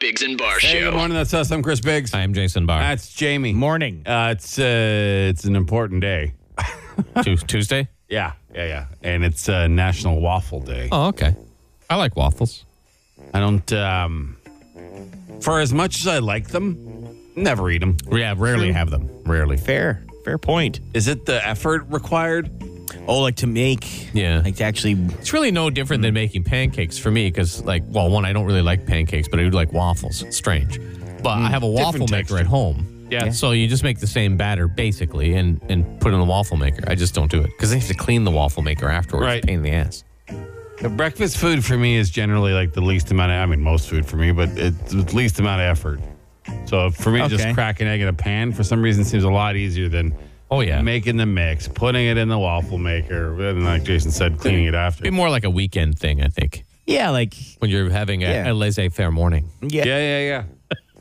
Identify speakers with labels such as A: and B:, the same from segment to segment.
A: Biggs and Bar
B: Hey,
A: Show.
B: good morning. That's us. I'm Chris Biggs.
C: I am Jason Barr.
B: That's Jamie.
D: Morning.
B: Uh, it's uh, it's an important day.
C: Tu- Tuesday.
B: Yeah, yeah, yeah. And it's uh, National Waffle Day.
C: Oh, okay. I like waffles.
B: I don't. Um, for as much as I like them, never eat them.
C: Yeah, rarely have them. Rarely.
D: Fair. Fair point.
B: Is it the effort required?
D: Oh, like to make.
C: Yeah.
D: Like to actually.
C: It's really no different than making pancakes for me because, like, well, one, I don't really like pancakes, but I do like waffles. It's strange. But I have a waffle maker
B: texture.
C: at home.
B: Yeah.
C: So you just make the same batter basically and, and put it in the waffle maker. I just don't do it because they have to clean the waffle maker afterwards.
B: Right.
C: Pain in the ass.
B: The breakfast food for me is generally like the least amount of, I mean, most food for me, but it's the least amount of effort. So for me, just
D: Okay.
B: crack an egg in a pan for some reason seems a lot easier than
C: Oh, yeah.
B: making the mix, putting it in the waffle maker, and like Jason said, cleaning it after.
C: Be more like a weekend thing, I think,
D: Yeah, like.
C: when you're having a, a
D: Yeah.
C: laissez faire morning.
D: Yeah.
B: Yeah, yeah, yeah.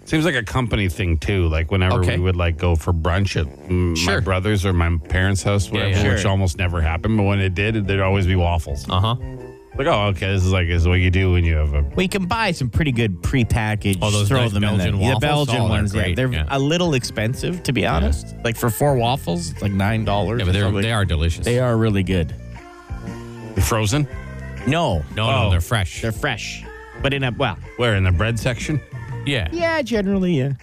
B: Seems like a company thing too. Like whenever
C: Okay.
B: we would like go for brunch at mm, my
C: Sure.
B: brother's or my parents' house, whatever,
C: yeah.
B: which
D: Sure.
B: almost never happened. But when it did, there'd always be waffles.
C: Uh huh.
B: Like, oh, okay, this is like this is what you do when you have a.
D: Well, you can buy some pretty good prepackaged.
C: Oh, those
D: throw
C: nice
D: them
C: Belgian
D: in there.
C: waffles?
D: The Belgian
C: Oh, they're
D: ones, yeah,
C: great,
D: they're
C: yeah.
D: a little expensive to be honest. Like for four waffles, it's like nine dollars.
C: Yeah, but they're, they are delicious.
D: They are really good.
B: Frozen?
D: No,
C: No,
B: Oh.
C: no, they're fresh.
D: they're fresh, but in a well,
B: Where in the bread section?
C: yeah.
D: yeah, generally, yeah.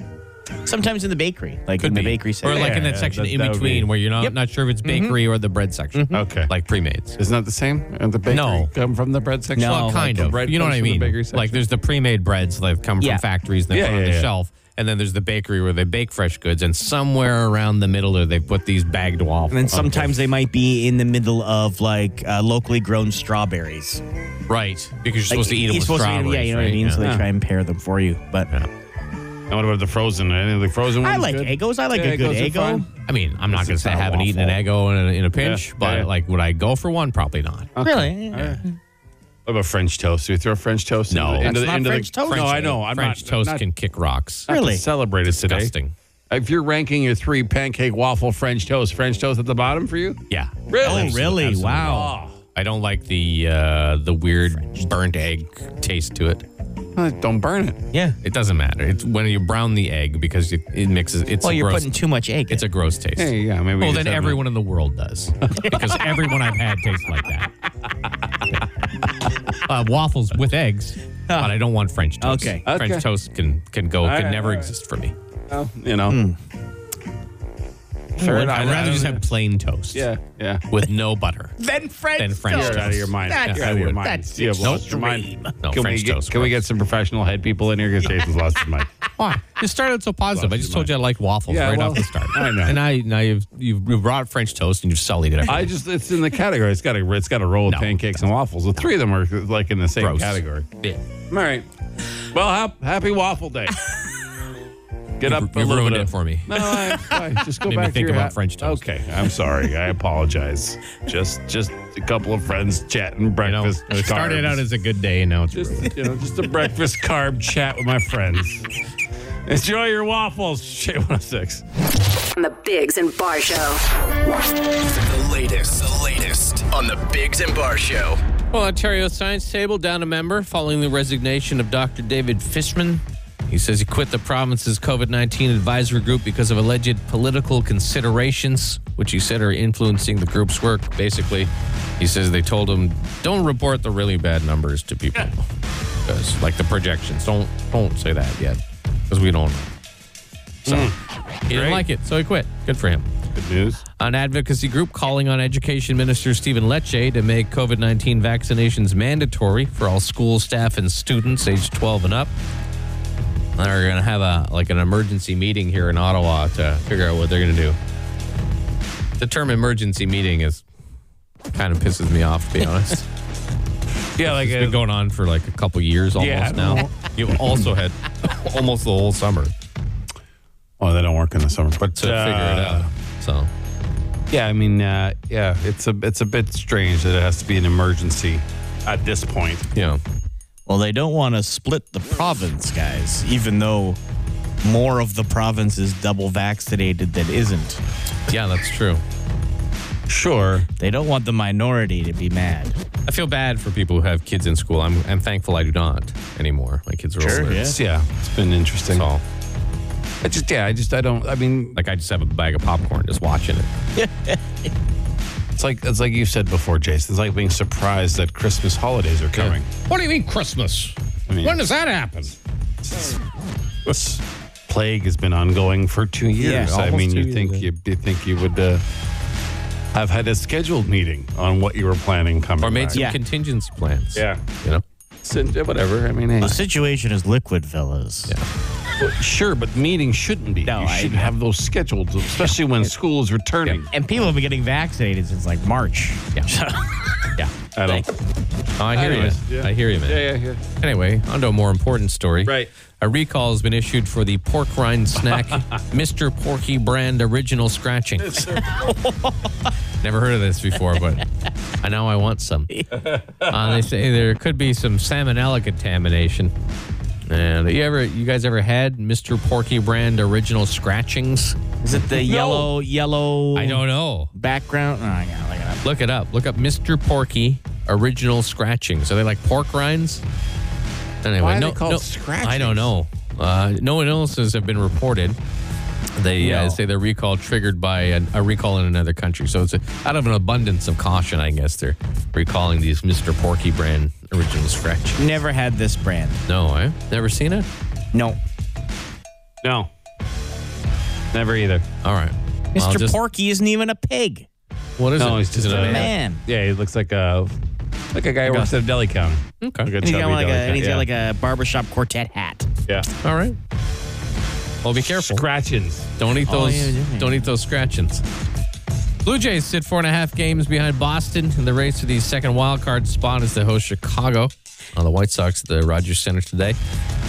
D: Sometimes in the bakery, like in the bakery
C: Or
D: section.
C: like in
B: Yeah,
C: that section
B: that-
C: in
B: that would
C: between
B: be-
C: where you're not, not sure if it's bakery or the bread section.
B: Okay.
C: Like pre-mades.
B: Isn't that the same? At the bakery?
C: No.
B: Come from the bread section?
D: No.
C: well,
D: like
C: kind
B: the
C: of.
B: bread
C: you know what
B: comes
C: I
B: from the
C: mean?
B: bakery
C: like
B: section.
C: there's the pre-made breads that have come
D: Yeah.
C: from factories and they
B: Yeah,
C: put on
B: yeah,
C: the
B: yeah.
C: shelf. And then there's the bakery where they bake fresh goods and somewhere around the middle there they put these bagged waffles.
D: and then sometimes they might be in the middle of like uh, locally grown strawberries.
C: Right. Because you're
D: Like,
C: supposed to eat them
D: you're
C: with
D: supposed to
C: strawberries.
D: eat 'em, yeah, you know what I
C: right?
D: mean. So
C: Yeah.
D: they try and pair them for you. But
B: And what about the frozen? Any of the frozen ones?
D: I like
B: good?
D: Egos. I like
B: Yeah,
D: a good
B: Eggos are
D: Eggo.
B: fine.
C: I mean, I'm not
B: It's
C: going
B: just
C: to say I
B: not a
C: haven't eaten an
B: waffle.
C: Eggo in a, in a pinch,
B: Yeah,
C: but
B: yeah.
C: like would I go for one? Probably not.
D: Really? Oh,
B: What about French toast? Do you throw French toast into
C: No.
B: the, into
C: That's
B: the,
D: not
B: into the-
D: French toast.
B: No, I know. I'm
C: French
B: not,
C: toast
B: not,
C: can kick rocks.
B: not to
D: Really?
B: celebrate it today.
C: Disgusting.
B: If you're ranking your three pancake, waffle, French toast, French toast at the bottom for you?
C: Yeah.
D: Oh,
B: Really?
D: really?
C: absolutely.
D: Wow.
C: I don't like the uh, the weird burnt egg taste to it.
B: Uh, Don't burn it.
D: Yeah.
C: It doesn't matter. It's when you brown the egg because it, it mixes. It's
D: Well,
C: a
D: you're
C: gross,
D: putting too much egg.
C: It's a gross taste.
B: Hey, yeah, maybe.
C: well,
B: you
C: then
B: just have
C: everyone in the world does because everyone I've had tastes like that. Uh, waffles with eggs, but I don't want French toast.
D: Okay.
B: Okay.
C: French toast can can go can
B: right,
C: never
B: all right.
C: exist for me.
B: Well, you know.
C: Hmm.
B: Fair enough.
C: I'd rather just have plain toast.
B: Yeah, yeah.
C: With no butter.
D: then French.
C: Then French
D: toast.
C: toast.
B: You're out of your mind.
D: That's-
B: You're out of your
D: that's
B: mind. you have lost your mind.
D: extreme.
C: No,
B: can
C: French
B: we get,
C: toast.
B: Can we
C: gross.
B: get some professional head people in here? Because Jason's lost his mind.
C: Why? You started out so positive. I just
B: your
C: told you I like waffles
B: Yeah,
C: right
B: well,
C: off the start.
B: I know.
C: And I, now you've, you've you've brought French toast and you've sullied it.
B: I just it's in the category. It's got a it's got a roll of
C: No,
B: pancakes and waffles. The three of them are like in the same
C: Gross.
B: category.
C: Yeah.
B: All right. Well, hap- happy waffle day. Get
C: You-
B: up. a
C: you
B: little
C: ruined
B: bit
C: it
B: of-
C: for me.
B: No, I, I- just go
C: Made me
B: back to
C: think
B: your
C: about
B: hap-
C: French toast.
B: Okay, I'm sorry. I apologize. Just just a couple of friends chatting
C: You know,
B: breakfast.
C: it started
B: carbs.
C: out as a good day and now it's ruined.
B: just you know just a breakfast carb chat with my friends. Enjoy your waffles. Shit 106.
E: on the Biggs and Bar Show.
A: The latest, the latest on the Biggs and Bar Show.
C: Well, Ontario Science Table down a member following the resignation of Dr. David Fishman. He says he quit the province's COVID 19 advisory group because of alleged political considerations, which he said are influencing the group's work. Basically, he says they told him, don't report the really bad numbers to people. 'Cause, like the projections. Don't, don't say that yet, because we don't know. So he didn't like it, so he quit. Good for him.
B: Good news.
C: An advocacy group calling on Education Minister Stephen Lecce to make COVID 19 vaccinations mandatory for all school staff and students aged 12 and up. They're going to have a like an emergency meeting here in Ottawa to figure out what they're going to do. The term emergency meeting is kind of pisses me off, to be honest.
B: Yeah, like
C: It's been going on for like a couple years almost
B: Yeah.
C: now. You also had almost the whole summer
B: oh, they don't work in the summer, but uh,
C: to figure it out. So
B: Yeah, I mean, uh, yeah, it's a it's a bit strange that it has to be an emergency at this point.
C: yeah,
D: Well, they don't want to split the province, guys, even though more of the province is double vaccinated than isn't.
C: yeah, that's true.
B: Sure.
D: They don't want the minority to be mad.
C: I feel bad for people who have kids in school. I'm, I'm thankful I do not anymore. My kids are
D: Sure,
C: older.
D: yeah.
B: It's- yeah, it's been interesting.
C: So,
B: I just, yeah, I just, I don't, I mean,
C: like, I just have a bag of popcorn just watching it.
B: it's like, it's like you said before, Jason. It's like being surprised that Christmas holidays are coming.
C: What do you mean Christmas?
B: I mean,
C: that happen?
B: This plague has been ongoing for two years. I
D: almost
B: mean,
D: two
B: you
D: years,
B: think
D: yeah.
B: you, you think you would uh, have had a scheduled meeting on what you were planning coming
C: Or made
B: back.
C: some
D: Yeah.
C: contingency plans.
B: Yeah.
C: You know?
B: Sin- whatever. I mean, hey.
D: The situation is liquid, fellas.
B: sure, but meetings shouldn't be.
D: No,
B: you
D: I-
B: should have those scheduled, especially when school is returning.
D: And people have been getting vaccinated since like March.
C: Yeah.
D: yeah.
B: I don't.
C: Oh, I hear
B: Anyways,
C: you.
B: yeah.
C: I hear you, man.
B: Yeah, yeah, yeah.
C: Anyway, on to a more important story.
B: Right.
C: A recall has been issued for the pork rind snack Mr. Porky brand original scratching. Never heard of this before, but I know I want some. Uh, they say there could be some salmonella contamination. And you ever, you guys ever had Mr. Porky brand original scratchings?
D: Is it the yellow, yellow
C: I don't know.
D: background? Oh, I gotta look it up.
C: Look it up. Look up Mr. Porky original scratchings. Are they like pork rinds? Anyway,
B: Why are
C: no,
B: they called
C: no-
B: scratchings?
C: I don't know. Uh, no illnesses have been reported. They uh,
D: No.
C: say the recall triggered by a, a recall in another country. So it's a, out of an abundance of caution, I guess they're recalling these Mr. Porky brand original scratch.
D: Never had this brand.
C: No, I've never seen it.
D: No.
B: No. Never either.
C: All right, Well,
D: Mr.
C: just- Oh,
D: Porky isn't even a pig.
C: What is
B: No,
C: it?
B: he's
C: Is
B: just
C: it
B: a
C: a man?
D: Man.
B: Yeah, he looks like a like a guy who works at a deli counter.
C: Okay.
B: Like a
D: And he's got
B: chubby
D: like
B: deli
D: a, and
B: counter,
D: he's
B: yeah.
D: got like a barbershop quartet hat.
B: yeah.
C: All right. Well, be careful.
B: Scratchings.
C: Don't eat
D: Oh,
C: those.
D: yeah, yeah, yeah.
C: Don't eat those scratchings. Blue Jays sit four and a half games behind Boston in the race for the second wild card spot as they host Chicago on the White Sox at the Rogers Center today.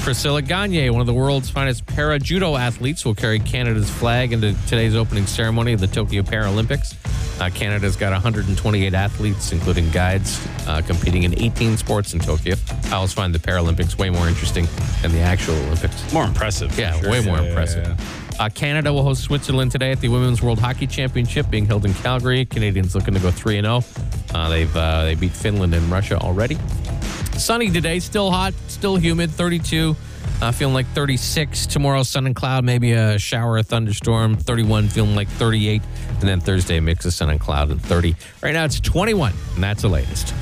C: Priscilla Gagne, one of the world's finest para judo athletes, will carry Canada's flag into today's opening ceremony of the Tokyo Paralympics. Uh, Canada's got 128 athletes, including guides, uh, competing in 18 sports in Tokyo. I always find the Paralympics way more interesting than the actual Olympics.
B: More impressive.
C: Yeah,
B: Sure.
C: way more
B: Yeah, yeah,
C: impressive.
B: yeah.
C: Uh, Canada will host Switzerland today at the Women's World Hockey Championship being held in Calgary. Canadians looking to go 3 and 0. Uh, They've uh, they beat Finland and Russia already. Sunny today, still hot, still humid, 32. Uh, feeling like 36. Tomorrow, sun and cloud, maybe a shower, a thunderstorm. 31, feeling like 38. And then Thursday, mix of sun and cloud and 30. Right now, it's 21, and that's the latest.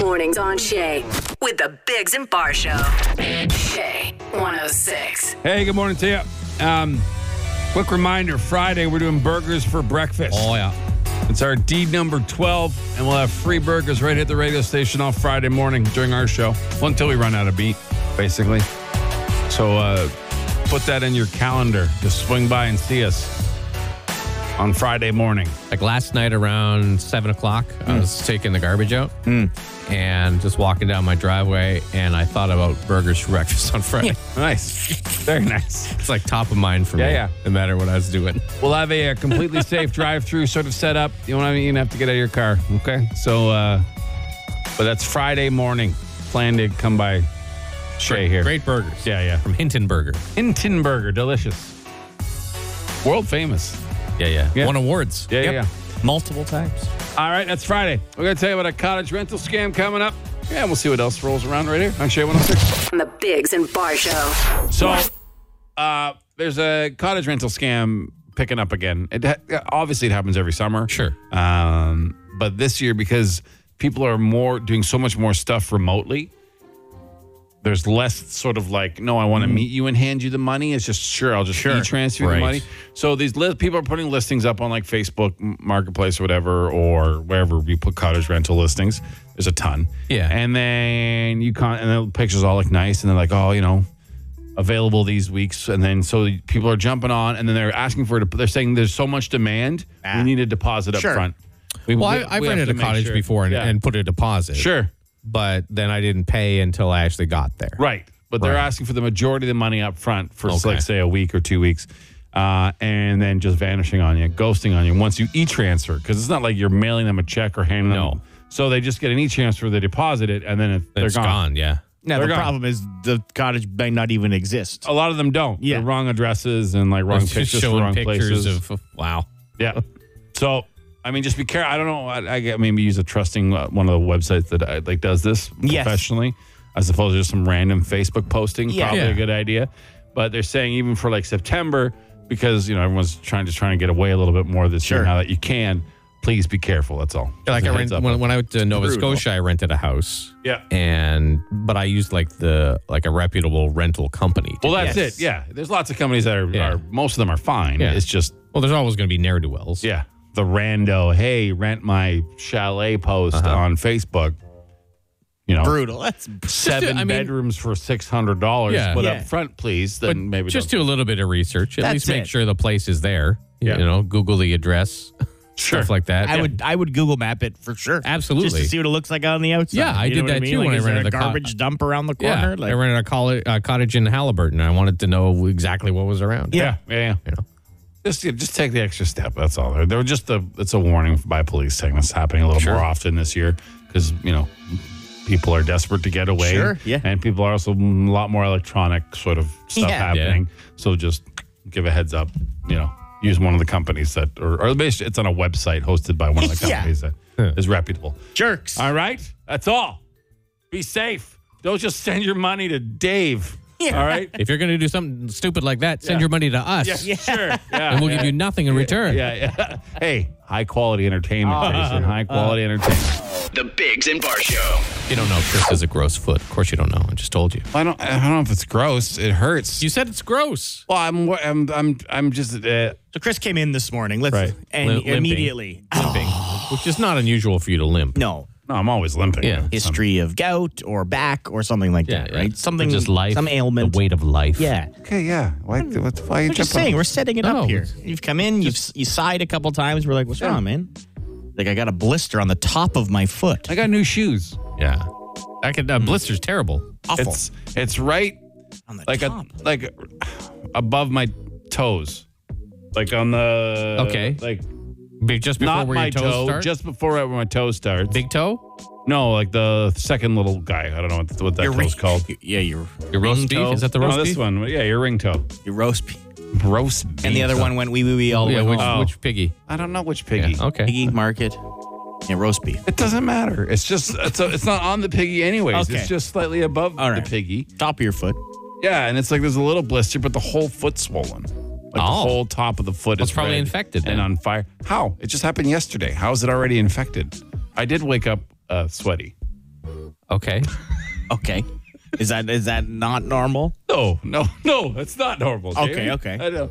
E: Mornings on Shay with the Bigs and Bar Show. Shay 106.
B: Hey, good morning to you. Um, quick reminder Friday, we're doing burgers for breakfast.
C: Oh, yeah.
B: It's our deed number 12, and we'll have free burgers right at the radio station on Friday morning during our show. Well, until we run out of beat, basically. So uh, put that in your calendar. Just swing by and see us on Friday morning.
C: Like last night around seven o'clock,
B: Hmm.
C: I was taking the garbage out and just walking down my driveway, and I thought about burgers for breakfast on Friday.
B: Nice. Very nice.
C: It's like top of mind for
B: Yeah,
C: me.
B: yeah.
C: No matter what I was doing.
B: We'll have a, uh completely safe drive-through sort of set up. You won't even have to get out of your car. Okay. So, uh, but that's Friday morning. Plan to come by Shay here.
C: Great burgers.
B: Yeah, yeah.
C: From Hinton Burger.
B: Hinton Burger, delicious. World famous.
C: Yeah, yeah.
B: Yeah.
C: Won awards.
B: Yeah,
C: Yep.
B: yeah.
D: Multiple times.
B: All right, that's Friday. We're going to tell you about a cottage rental scam coming up. Yeah, we'll see what else rolls around right here on oh Shay 106.
E: On the Bigs and Bar Show.
B: So, uh, there's a cottage rental scam picking up again. It ha- obviously it happens every summer.
C: Sure.
B: Um, but this year, because people are more doing so much more stuff remotely, there's less sort of like, no, I want to meet you and hand you the money. It's just sure, I'll just
D: Sure.
B: transfer
C: Mm-hmm. Right.
B: the money. So these li- people are putting listings up on like Facebook M- Marketplace or whatever, or wherever we put cottage rental listings. There's a ton.
C: Yeah.
B: and then you con and the pictures all look nice, and they're like, oh, you know, available these weeks and then so people are jumping on and then they're asking for it they're saying there's so much demand we need a deposit up
D: Ah. Sure.
B: front we,
C: Well,
B: we-
C: I, I've
B: we have
C: rented
B: to
C: a
B: make
C: cottage
B: sure-
C: before and,
B: Yeah.
C: and put a deposit.
B: sure
C: But then I didn't pay until I actually got there.
B: right but they're
C: Right.
B: asking for the majority of the money up front for
C: Okay.
B: like say a week or two weeks uh, and then just vanishing on you ghosting on you once you e-transfer because it's not like you're mailing them a check or handing
C: No.
B: them so they just get an e-transfer they deposit it and then it, they're
C: It's gone. Yeah.
D: Now,
B: They're
D: the
B: gone.
D: problem is the cottage may not even exist.
B: a lot of them don't
D: Yeah.
B: They're wrong addresses and like wrong
C: It's just
B: pictures for
C: showing
B: wrong
C: pictures
B: places
C: of, wow.
B: Yeah. So I mean, just be careful. I don't know. I, I get maybe use a trusting uh, one of the websites that uh, like does this
D: Yes.
B: professionally, as opposed to just some random Facebook posting.
D: Yeah.
B: Probably
C: Yeah.
B: a good idea. But they're saying even for like September, because you know everyone's trying to trying to get away a little bit more this year
D: Sure.
B: now that you can. Please be careful. That's all.
C: like
B: Just a
C: I
B: heads
C: rent,
B: up.
C: when, when I went to Nova
B: Brutal.
C: Scotia, I rented a house.
B: Yeah.
C: and but I used like the like a reputable rental company. to
B: well, that's
C: get-
B: it. Yeah, there's lots of companies that are,
C: Yeah.
B: are most of them are fine.
C: Yeah.
B: It's just
C: Well, there's always going to be ne'er do wells.
B: Yeah. The rando, hey, rent my chalet post on Facebook. You know,
C: Oh.
D: Brutal. That's
B: seven
C: I mean-
B: bedrooms for six hundred dollars,
C: Yeah.
B: but
D: Yeah.
B: up front, please. Then
C: but
B: maybe
C: just
B: don't.
C: do a little bit of research. At
D: That's
C: least make
D: it.
C: sure the place is there.
B: Yeah.
C: you know, Google the address, stuff like that.
D: I would I would Google map it for sure.
C: Absolutely.
D: Just to see what it looks like on the outside.
C: Yeah, I
D: You
C: did
D: know what
C: that too
D: Like,
C: when I
D: is there
C: rented
D: a
C: the co-
D: garbage dump around the corner.
C: Yeah,
D: Like,
C: I rented a colli- uh, cottage in Halliburton, and I wanted to know exactly what was around.
B: yeah, yeah, yeah. Just, yeah, just take the extra step. That's all. They're, they're just the. It's a warning by police saying that's happening a little more often this year because you know people are desperate to get away.
D: Sure, yeah.
B: and people are also mm, a lot more electronic sort of stuff
D: Yeah.
B: happening. So just give a heads up. You know, use one of the companies that, or, or basically, it's on a website hosted by one of the
D: Yeah.
B: companies that is reputable.
D: jerks.
B: All right. That's all. Be safe. Don't just send your money to Dave. All right.
C: If you're going to do something stupid like that, send your money to us,
B: Yeah, Sure. Yeah.
C: and we'll
B: yeah,
C: give you nothing in return.
B: yeah, yeah. Hey, high quality entertainment, Jason. High quality entertainment.
A: The Bigs and Bar Show.
C: You don't know if Chris has a gross foot. Of course, you don't know. I just told you.
B: I don't. I don't know if it's gross. It hurts.
C: You said it's gross.
B: well, I'm. wor- I'm. I'm. I'm just. Uh,
D: So Chris came in this morning. Let's
B: Right.
D: and
C: Lim- limping.
D: immediately.
C: Limping, which is not unusual for you to limp.
D: No.
B: no, I'm always limping.
C: Yeah.
D: History of gout or back or something like that, right? Something
C: just life,
D: some ailment.
C: the weight of life.
D: Yeah.
B: Okay. Yeah. Why? What? Why are you
D: I'm just saying, we're setting it
C: No,
D: up here.
C: it's-
D: You've come in, you've s- you sighed a couple times. We're like, what's wrong, man? Like I got a blister on the top of my foot.
B: I got new shoes.
C: yeah. That could uh,
B: Hmm.
C: blister's terrible.
D: Awful.
B: It's. It's right.
D: on the
B: Like
D: top.
B: a. Like above my toes. Like on the.
C: Okay.
B: Like
C: Be- Just before
B: not
C: where
B: my
C: your toes
B: toe.
C: start?
B: Just before where my toe starts.
C: big toe.
B: No, like the second little guy. I don't know what, what that
D: Your
B: toe's
D: ring-
B: called.
D: Yeah, your
C: Your roast
D: ring
C: beef
D: toe.
C: is that the roast
B: Mm-hmm. no, this
C: beef?
B: one. Yeah, your ring toe.
D: your roast beef.
B: Roast beef.
D: And the other one went wee wee wee all the
C: Yeah,
D: way
C: which,
D: home.
B: Oh.
C: which piggy?
B: I don't know which
C: Yeah,
B: piggy.
C: okay.
D: Piggy market and roast beef.
B: It doesn't matter. It's just it's a, it's not on the piggy anyways.
D: Okay.
B: It's just slightly above
D: All
B: the
D: right.
B: piggy.
D: Top of your foot.
B: Yeah, and it's like there's a little blister, but the whole foot's swollen. Like the
C: Oh.
B: whole top of the foot
C: Well,
B: is
C: it's probably
B: red
C: infected then.
B: and on fire. How? It just happened yesterday. How is it already infected? I did wake up uh, sweaty.
C: Okay.
D: Okay. Is that is that not normal?
B: No, no, no. It's not normal.
D: Okay,
B: Jamie.
D: okay.
B: I know.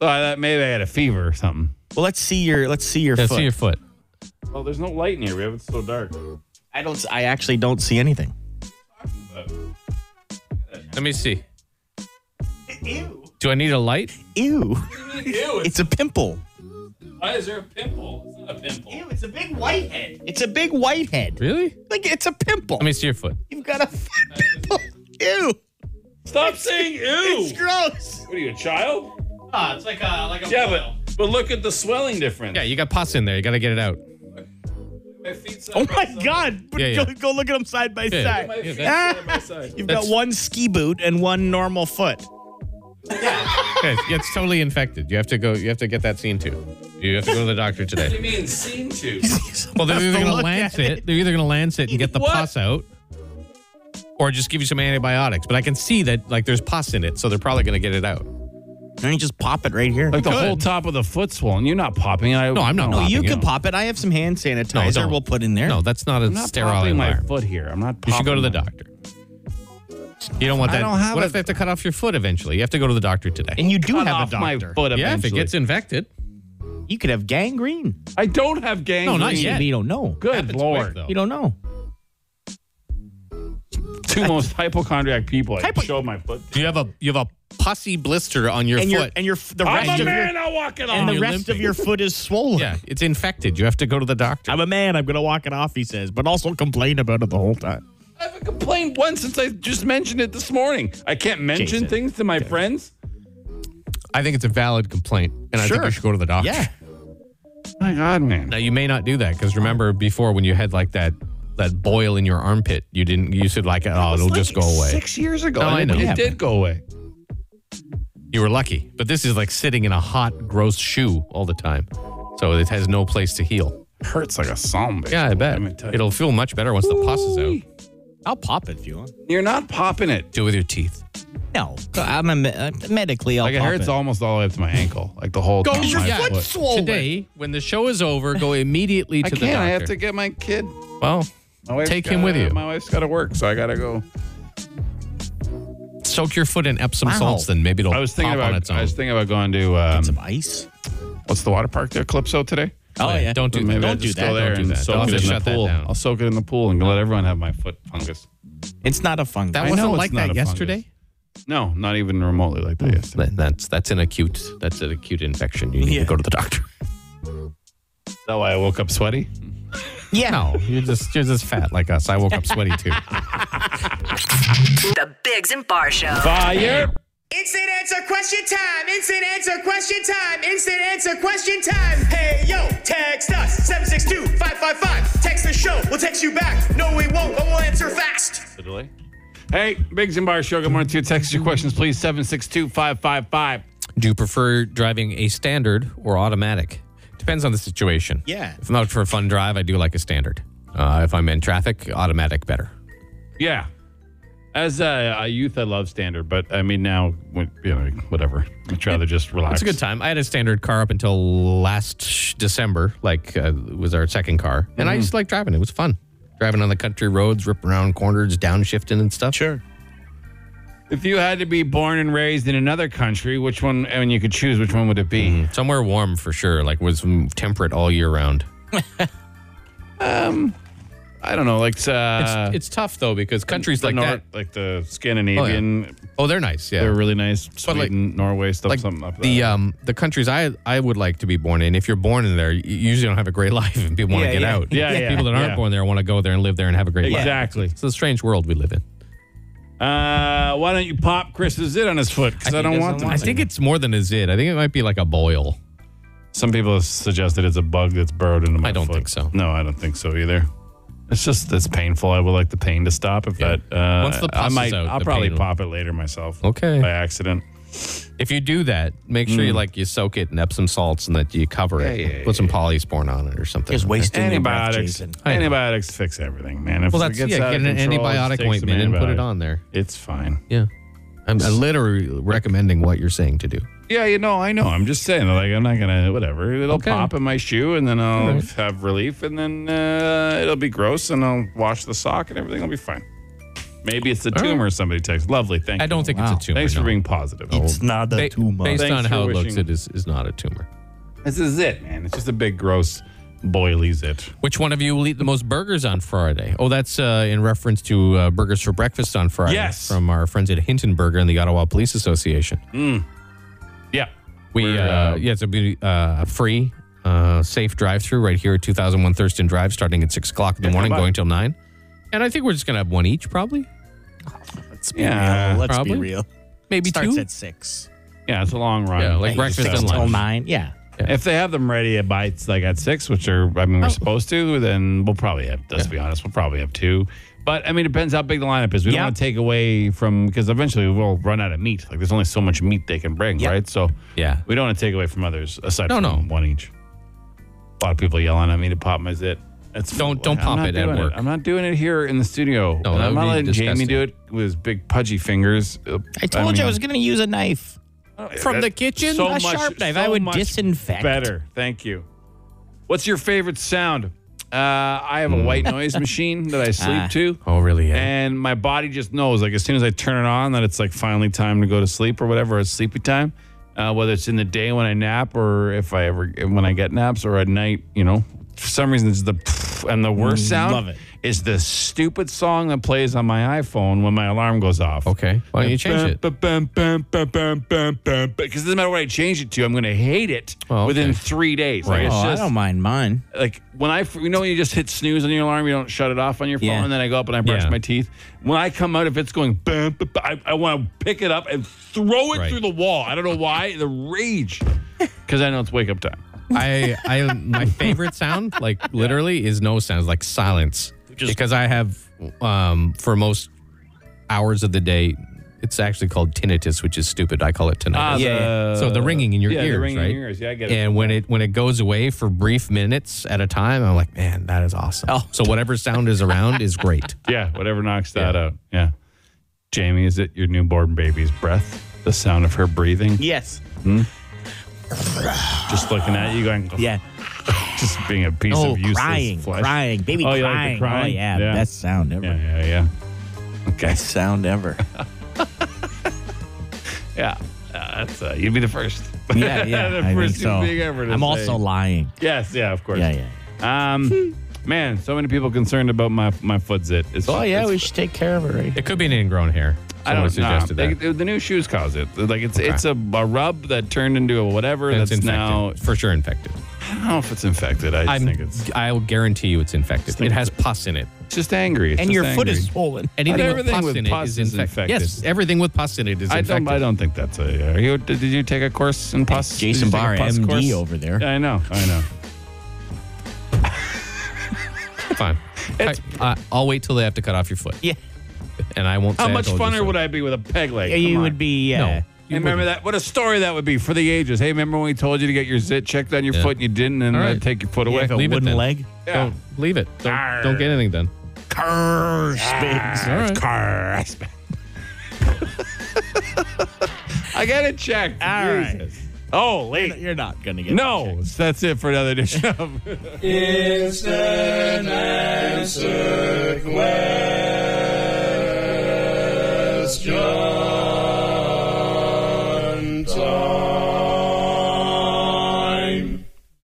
B: So I thought maybe I had a fever or something.
D: Well, let's see your let's see your
C: Yeah,
D: foot.
C: see your foot.
B: Well, Oh, there's no light in here, Rib. It's so dark.
D: I don't. I actually don't see anything.
C: Let me see. Ew. Do I need a light?
D: Ew!
B: Ew,
D: It's a pimple.
B: why is there a pimple? It's not a pimple.
D: It's a big white head. It's a big white head.
C: Really?
D: Like it's a pimple.
C: Let me see your foot.
D: you've got a pimple. Ew!
B: Stop saying ew.
D: It's gross.
B: What are you, a child?
D: Ah, it's like a like a.
B: Yeah, but but look at the swelling difference.
C: Yeah, you got pus in there. You got to get it out.
B: My feet's
D: Oh my god! But
C: Yeah, yeah.
D: Go, go look at them side by
C: Yeah, yeah.
D: side. Ah,
C: My feet's
D: You've
C: That's-
D: got one ski boot and one normal foot.
C: Okay, yeah, it's totally infected. You have to go. You have to get that seen to. You have to go to the doctor today.
B: mean seen to?
C: Well, they're
D: Have
C: either
D: to
C: going to
D: look
C: lance
D: at
C: it. They're either going to lance it and get the
B: What?
C: pus out, or just give you some antibiotics. But I can see that like there's pus in it, so they're probably going to get it out.
D: Can you just pop it right here?
B: Like the
C: Good.
B: whole top of the foot swollen. You're not popping. I,
C: No, I'm not
D: no,
C: popping
D: you
C: it.
D: can pop it. I have some hand
C: No,
D: sanitizer.
C: don't.
D: we'll put in there.
C: No, that's not a
B: I'm not
C: sterile
B: popping my
C: environment.
B: foot here. I'm not.
C: You should go to the
B: popping my-
C: doctor. You don't want
B: I
C: that.
B: don't have
C: what
B: a-
C: if they have to cut off your foot eventually? You have to go to the doctor today.
D: and you do
B: Cut
D: have
B: off
D: a
B: my
D: doctor.
B: foot
C: yeah, if it
B: eventually.
C: gets infected.
D: You could have gangrene.
B: I don't have gangrene.
C: No, not yet.
D: Maybe you don't know.
B: Good
C: Happens
B: lord.
C: quick, though.
D: You don't know.
B: Two most hypochondriac people. I
D: Hypo-
B: showed my foot. to.
C: You have a you have a pussy blister on your
D: and
C: foot.
D: your and your f- the
B: I'm
D: rest
B: a
D: of
B: man.
D: your
B: I walk it
D: and
B: off.
D: the
C: you're
D: rest of
C: limping.
D: your foot is swollen.
C: yeah, it's infected. You have to go to the doctor.
D: I'm a man. I'm gonna walk it off. He says, but also complain about it the whole time.
B: I haven't complained once since I just mentioned it this morning. I can't mention
D: Jason.
B: things to my friends.
C: I think it's a valid complaint, and I think
D: Sure.
C: you should go to the doctor.
D: Yeah,
B: My God, man.
C: Now you may not do that because remember before when you had like that that boil in your armpit, you didn't. You said like, oh, it'll just go away.
B: Six years ago.
C: No,
B: and
C: I know.
B: It,
C: Yeah,
B: it did go away.
C: You were lucky, but this is like sitting in a hot, gross shoe all the time. So it has no place to heal.
B: Hurts like a zombie.
C: Yeah, I bet.
B: Let me tell you.
C: It'll feel much better once the pus is out.
D: I'll pop it if you want.
B: You're not popping it.
C: Do it with your teeth.
D: No, I'm a me- uh, medically. I'll
B: Like it
D: pop
B: hurts
D: it.
B: almost all the way up to my ankle. Like the whole. top of my
C: yeah.
B: Oh, foot.
C: Today, when the show is over, go immediately to
B: I
C: the
B: can't.
C: doctor.
B: I have to get my kid.
C: Well,
B: My wife's
C: Take him
B: gotta-
C: with you.
B: My wife's got to work, so I got to go.
C: soak your foot in Epsom
D: Wow.
C: salts, then maybe it'll
B: I was thinking
C: pop
B: about.
C: on its own.
B: I was thinking about going to um,
D: Some ice.
B: what's the water park there, Calypso today.
D: Oh yeah.
C: Don't do
B: Maybe
C: that.
B: I'll
D: do
B: just
D: that,
B: Go there
C: don't do
B: and uh,
C: that.
B: soak it
C: Don't
B: in the
C: shut that
B: pool.
C: down.
B: I'll soak it in the pool and let everyone have my foot fungus.
D: It's not a fungus.
C: That
B: I
C: wasn't
B: know it's
C: like
B: not
C: that
B: a
C: yesterday.
B: No, not even remotely like that yesterday.
C: That- That's that's an acute that's an acute infection. You need
D: Yeah.
C: to go to the doctor.
B: Is that why I woke up sweaty?
C: Yeah, no, you're just you're just fat like us. I woke up sweaty too.
E: The Bigs and Bar Show.
B: Fire!
F: Instant answer question time. Instant answer question time. Instant answer question time. Hey yo, text us 762-555. Text the show. We'll text you back. No, we won't, but we'll answer fast.
B: Hey, Biggs and Bar Show. Good morning to you. Text your questions, please. 762-555.
C: Do you prefer driving a standard or automatic? Depends on the situation.
D: Yeah.
C: If I'm out for a fun drive, I do like a standard. Uh, if I'm in traffic, automatic better.
B: Yeah. As a, a youth, I love standard, but I mean now, when- you know, whatever. I'd rather just relax.
C: It's a good time. I had a standard car up until last sh- December, like uh, it was our second car, and
D: Mm-hmm.
C: I just like driving. It was fun driving on the country roads, ripping around corners, downshifting and stuff.
D: Sure.
B: If you had to be born and raised in another country, which one? I mean, you could choose which one would it be?
C: Somewhere warm for sure. Like was mm, temperate all year round.
B: I don't know. Like uh,
C: it's tough though because countries
B: the
C: like
B: Nor-
C: that.
B: like the Scandinavian.
C: Oh, they're nice. Yeah.
B: They're really nice. Sweden,
C: like-
B: Norway, stuff,
C: like
B: something up there.
C: the um the countries I I would like to be born in. If you're born in there, you usually don't have a great life, and people want to
D: Yeah,
C: get
D: yeah.
C: out.
B: Yeah, yeah,
C: people that aren't
B: yeah.
C: born there want to go there and live there and have a great life.
B: Exactly.
C: It's a strange world we live in.
B: Uh, why don't you pop Chris's zit on his foot? Because I, don't want them.
C: I think it's more than a zit. I think it might be like a boil.
B: Some people have suggested it's a bug that's burrowed into my
C: I don't
B: foot.
C: think so.
B: No, I don't think so either. It's just it's painful. I would like the pain to stop. If
C: Yeah.
B: that uh,
C: Once the pus
B: I
C: is
B: might,
C: out,
B: I'll
C: the
B: probably
C: pain will-
B: pop it later myself.
C: Okay.
B: by accident.
C: If you do that, make sure you like you soak it in Epsom salts and that you cover
B: Mm.
C: it.
B: Yeah, yeah,
C: Put some polysporin on it or something.
D: Just wasting your breath,
B: Antibiotics,
D: Jason.
C: I know.
B: antibiotics fix everything, man. If
C: Well,
B: it
C: that's
B: gets
C: yeah.
B: out
C: Get
B: of
C: an
B: control, just
C: antibiotic
B: take some
C: ointment and put
B: antibiotic.
C: it on there.
B: It's fine.
C: Yeah, I'm, I'm literally recommending what you're saying to do.
B: Yeah, you know, I know. I'm just saying, like, I'm not gonna whatever. It'll
C: Okay.
B: pop in my shoe, and then I'll
C: Alright.
B: have relief, and then uh, it'll be gross, and I'll wash the sock, and everything will be fine. Maybe it's the tumor somebody texted. Lovely, thank
C: I
B: you.
C: don't think
D: wow.
C: it's a tumor.
B: Thanks
C: no.
B: for being positive.
D: It's not a
C: Ba-
D: tumor.
C: Based
B: Thanks
C: on
B: for
C: how it looks,
B: wishing-
C: it is, is not a tumor.
B: This is it, man. It's just a big, gross, boily zit.
C: Which one of you will eat the most burgers on Friday? Oh, that's uh, in reference to uh, burgers for breakfast on Friday.
B: Yes.
C: from our friends at Hinton Burger and the Ottawa Police Association.
B: Yeah,
C: We
B: We're,
C: uh,
B: uh,
C: yeah, it's a be, uh, free, uh, safe drive-through right here at 2001 Thurston Drive, starting at six o'clock in the morning,
B: by.
C: going till nine. And I think we're just gonna have one each, probably,
D: Let's be
B: Yeah,
D: real. Let's
C: probably.
D: be real.
C: maybe
D: Starts
C: two.
D: at six.
B: yeah. It's a long run.
C: Yeah, like
B: So-
C: breakfast and
D: Six till
C: lunch.
D: nine. Yeah.
B: If they have them ready at bites like at six, which are I mean we're supposed to, then we'll probably have. Let's be honest, we'll probably have two. But I mean, it depends how big the lineup is. We
D: Yeah.
B: don't want to take away from because eventually we'll run out of meat. Like there's only so much meat they can bring, right? So
C: Yeah.
B: we don't want to take away from others aside
C: No,
B: from
C: no.
B: one each. A lot of people yelling at me to pop my zit. That's
C: Don't- don't
B: I'm
C: pop
B: not
C: it at
B: doing
C: work.
B: I'm not doing it here in the studio.
C: No,
B: And I'm
C: that would
B: not
C: be
B: letting Jamie
C: disgusting.
B: do it with his big pudgy fingers.
D: I told you I was going to use a knife.
B: That-
D: From the kitchen,
B: so
D: a
B: much-
D: sharp knife.
B: so
D: I would
B: much
D: disinfect.
B: Better. Thank you. What's your favorite sound? Uh, I have a white noise machine that I sleep to.
C: Oh, really? Yeah.
B: And my body just knows, like, as soon as I turn it on, that it's like finally time to go to sleep or whatever. It's sleepy time, uh, whether it's in the day when I nap or if I ever when I get naps or at night. You know, for some reason, it's the pff and the
C: Mm,
B: worst sound.
D: love it.
B: Is the stupid song that plays on my iPhone when my alarm goes off.
C: okay. Why don't you change it?
B: Because it doesn't matter what I change it to, I'm going to hate it
C: Oh, okay.
B: within three days. Like,
C: Right.
B: it's
D: Oh,
B: just-
D: I don't mind mine.
B: like when I, you know, when you just hit snooze on your alarm, you don't shut it off on your phone,
D: Yeah.
B: and then I go up and I brush
C: Yeah.
B: my teeth. When I come out, if it's going, bam, bam, bam, I, I want to pick it up and throw it
C: Right.
B: through the wall. I don't know why the rage, because I know it's wake up time.
C: I, I, my favorite sound, like literally, is no sounds, like silence, because I have, um, for most hours of the day, It's actually called tinnitus, which is stupid. I call it tinnitus.
B: Ah,
D: Yeah.
B: the-
C: so the ringing in your
B: yeah, the
C: ears,
B: ringing in
C: right?
B: your ears. Yeah, I get it.
C: And when it when it goes away for brief minutes at a time, I'm like, man, that is awesome.
B: Oh.
C: So whatever sound is around is great.
B: Yeah, whatever knocks that out. Yeah. Jamie, is it your newborn baby's breath? The sound of her breathing?
D: Yes.
B: Just looking at you going,
D: Yeah.
B: just being a piece
D: Oh,
B: of useless
D: crying,
B: flesh.
D: crying, baby
B: Oh, you like the
D: crying.
B: crying?
D: Oh yeah,
B: Yeah.
D: best sound ever.
B: Yeah, yeah, yeah. Okay.
D: Best sound ever.
B: Yeah. Uh, that's uh, you'd be the first.
D: Yeah, yeah.
B: the
D: I think
B: first
D: so.
B: big ever to
D: I'm
B: say.
D: also lying.
B: Yes, yeah, of course.
D: Yeah, yeah.
B: Um,
C: Hmm.
B: man, so many people concerned about my my foot zit. It's,
D: Oh yeah,
B: it's-
D: we should take care of it. Right?
C: It could be an ingrown hair.
B: I don't know.
C: Someone suggested
B: They-
C: that.
B: the new shoes cause it. Like it's it's a, a rub that turned into a whatever
C: It's
B: that's,
C: infected.
B: now.
C: for sure infected.
B: I don't know if it's infected. I just
C: I'm,
B: think it's
C: I will guarantee you it's infected.
B: think
C: It has pus in it.
B: it's just angry. It's
D: And
B: just
D: your foot
B: angry.
D: is swollen.
C: Anything
B: But
C: with
B: everything
C: pus
B: with
C: in it
B: pus
C: is
B: is
C: infected.
B: infected.
C: Yes, everything with pus in it is
B: I
C: infected.
B: don't. I don't think that's a. Are you, did you take a course in pus? Did
D: Jason
B: you take a
D: Barr,
B: pus
D: MD
B: course?
D: over there.
B: I know. I know.
C: Fine.
B: It's-
C: I, will wait till they have to cut off your foot.
D: Yeah.
C: And I won't.
B: How
C: say
B: much
C: I told you
B: funner
C: so.
B: would I be with a peg leg?
D: Yeah, you
B: Come on.
D: would be. Uh,
C: No.
B: Hey, remember that? What a story that would be for the ages. Hey, remember when we told you to get your zit checked on your
C: Yeah.
B: foot and you didn't, and
C: All
B: i
C: right.
B: take your foot
D: You
B: away?
D: have a
C: Leave it
D: wooden
C: then.
D: leg.
B: Yeah.
C: Don't leave it.
B: Arr.
C: Don't, don't get anything done. Ah.
D: Curse, Biggs.
C: All right.
B: Crisp. I got it checked.
D: All right.
B: Jesus. Holy.
D: You're not gonna get
B: No, so that's it for another edition of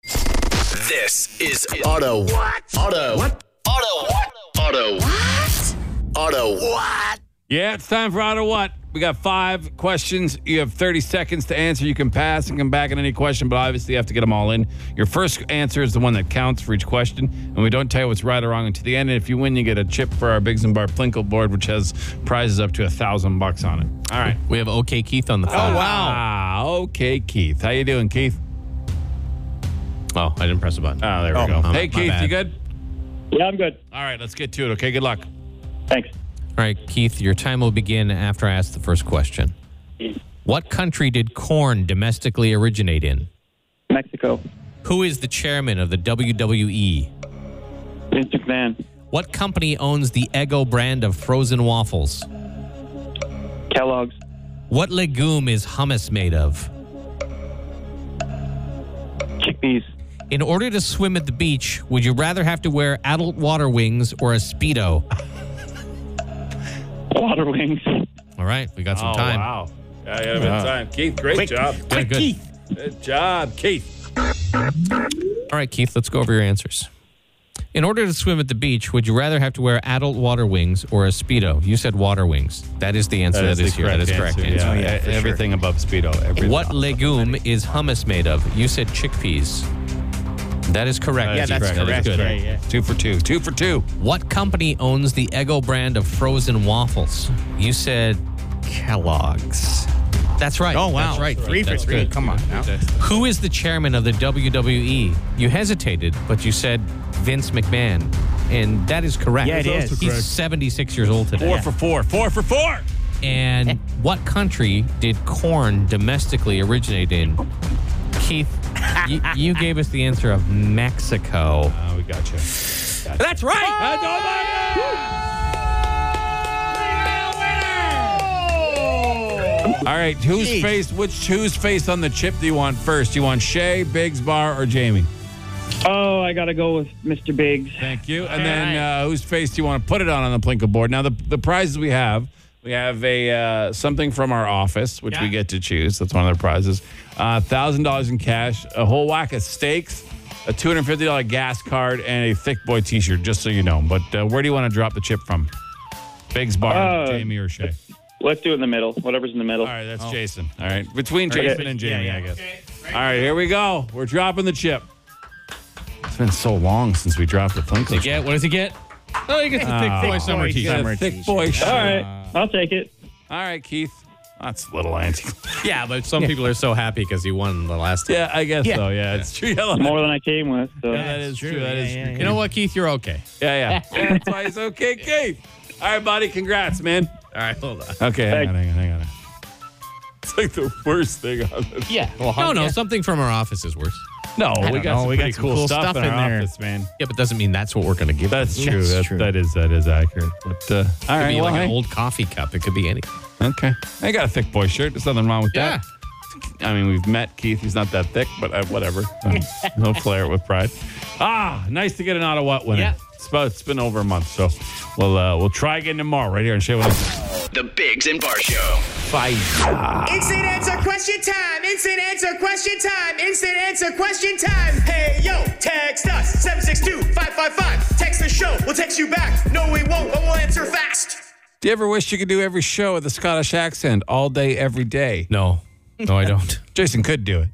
A: This is Auto What? Auto What? Auto What? Auto What? Auto What?
B: Yeah, it's time for Out of What. We got five questions. You have 30 seconds to answer. You can pass and come back on any question, but obviously you have to get them all in. Your first answer is the one that counts for each question, and we don't tell you what's right or wrong until the end. And if you win, you get a chip for our Biggs and Bar Plinkle board, which has prizes up to a thousand bucks on it. All right.
C: We have OK Keith on the phone.
B: Oh, wow. okay, Keith. How you doing, Keith?
C: Oh, I didn't press a button.
B: Oh, there we go.
C: my-
B: Hey,
C: my
B: Keith,
C: bad.
B: you good?
G: Yeah, I'm good.
B: All right, let's get to it. Okay, good luck.
G: Thanks.
C: All right, Keith, your time will begin after I ask the first question. What country did corn domestically originate in?
G: Mexico.
C: Who is the chairman of the E WWE?
G: Vince McMahon.
C: What company owns the Eggo brand of frozen waffles?
G: Kellogg's.
C: What legume is hummus made of?
G: Chickpeas.
C: In order to swim at the beach, would you rather have to wear adult water wings or a Speedo?
G: Water wings.
C: All right, we got some
B: oh,
C: time.
B: wow. Yeah, yeah, good time. Keith, great job.
C: Quick, good.
D: Keith.
B: Good job, Keith.
C: All right, Keith, let's go over your answers. In order to swim at the beach, would you rather have to wear adult water wings or a Speedo? You said water wings. That is the answer that is, here. That is correct answer.
B: Oh, Yeah, everything above Speedo. Everything.
C: What legume is hummus made of? You said chickpeas. That is correct.
B: Yeah,
C: Keith.
B: that's
C: That is
B: correct.
C: good.
B: Right,
D: yeah.
B: Two for two. Two for two.
C: What company owns the Eggo brand of frozen waffles? You said Kellogg's. That's right.
D: Oh wow.
C: That's right.
D: Three for
C: That's
D: three.
C: good.
D: Come on now.
C: Who is the chairman of the WWE? You hesitated, but you said Vince McMahon, and that is correct.
D: Yeah, it That's is.
C: He's
D: correct.
C: 76 years old today.
B: Four for four. Four for four.
C: And what country did corn domestically originate in? Keith, you, you gave us the answer of Mexico.
B: Oh, we got you.
C: That's right.
B: That's all I got. All right, who's
D: Jeez.
B: face? Which whose face on the chip do you want first? You want Shay, Biggs Bar, or Jamie?
G: Oh, I got to go with Mr. Biggs.
B: Thank you. And then uh, whose face do you want to put it on on the Plinko board? Now the the prizes we have, we have a uh, something from our office which we get to choose. That's one of the prizes. Uh, thousand dollars in cash, a whole whack of steaks, a two hundred fifty dollar gas card, and a thick boy T shirt. Just so you know. But uh, where do you want to drop the chip from? Biggs Bar,
G: Uh,
B: Jamie, or Shay?
G: Let's do it in the middle. Whatever's in the middle.
B: All right, that's Jason. All right, between Jason and Jamie,
D: Oh. Yeah, yeah.
B: I guess. All right, here we go. We're dropping the chip. It's been so long since we dropped the Plinko.
C: Get what does he get? Oh, he gets a thick boy summer
B: He's
C: t-shirt.
B: got
D: Summer
B: a thick
D: t-shirt.
B: boy shirt.
G: All right.
B: Uh,
G: I'll take it.
B: All right, Keith. That's a little anti.
C: Yeah, but some people are so happy because he won the last time.
B: yeah, I guess so. Yeah, it's true. Yeah,
G: More than I came with. So.
B: that is true. That is true.
C: You know what, Keith? You're okay.
B: Yeah, yeah. yeah that's why it's okay, Keith. All right, buddy. Congrats, man.
C: All right, hold on.
B: Okay, hang
G: Thank-
B: on, hang on, hang on. It's like the worst thing on this.
D: Yeah. Well,
C: No, no,
D: yeah.
C: something from our office is worse.
B: No,
D: I
B: we
D: don't
B: got,
D: know.
B: some
D: We got
B: pretty
D: some
B: cool,
D: cool
B: stuff,
D: stuff
B: in,
D: in
B: our
D: there.
B: office, man.
C: Yeah, but doesn't mean that's what we're going to give.
B: That's
D: That's
B: true. That,
D: true.
B: that is that is accurate. But uh, all
C: It could
B: right,
C: be
B: well,
C: like an
B: hey.
C: old coffee cup. It could be anything.
B: okay. I got a thick boy shirt. There's nothing wrong with
C: Yeah.
B: that. I mean, we've met Keith. He's not that thick, but uh, whatever. Um, He'll flare it with pride. Ah, nice to get an Ottawa winner.
C: Yeah.
B: It's, about, it's been over a month, so we'll uh, we'll try again tomorrow right here on Shea with us.
A: The Bigs and Bar Show.
F: Instant answer question time. Instant answer question time. Instant answer question time. Hey yo, text us 762-555. Text the show. We'll text you back. No, we won't, but we'll answer fast.
B: Do you ever wish you could do every show with a Scottish accent all day, every day?
C: No, no, I don't.
B: Jason could do it.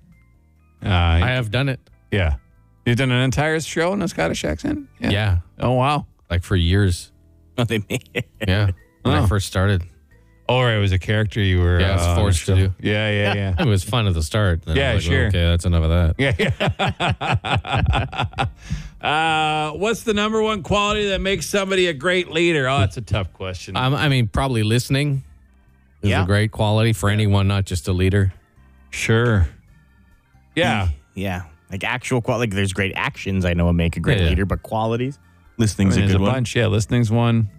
B: Uh,
C: I have done it.
B: yeah. You've done an entire show in a Scottish accent?
C: Yeah,
B: Oh, wow.
C: like for years.
D: they make it.
C: Yeah, when
B: Oh.
C: I first started,
B: Or it was a character you were
C: Yeah, it's
B: uh,
C: forced to do.
B: Yeah, yeah, yeah.
C: it was fun at the start. Then I
B: Yeah,
C: was like, well,
B: sure.
C: okay, that's enough of that.
B: Yeah. yeah. uh, what's the number one quality that makes somebody a great leader? Oh, that's a tough question.
C: Um, I mean, probably listening is
D: Yeah.
C: a great quality for anyone, not just a leader.
B: sure. Yeah.
D: Yeah. Like actual qual Like there's great actions I know would make a great
C: Yeah, yeah.
D: leader, but qualities.
B: I
D: Listening's
B: mean,
D: a
B: there's
D: good
B: a
D: one. Um,
B: bunch. Yeah. Listening's one.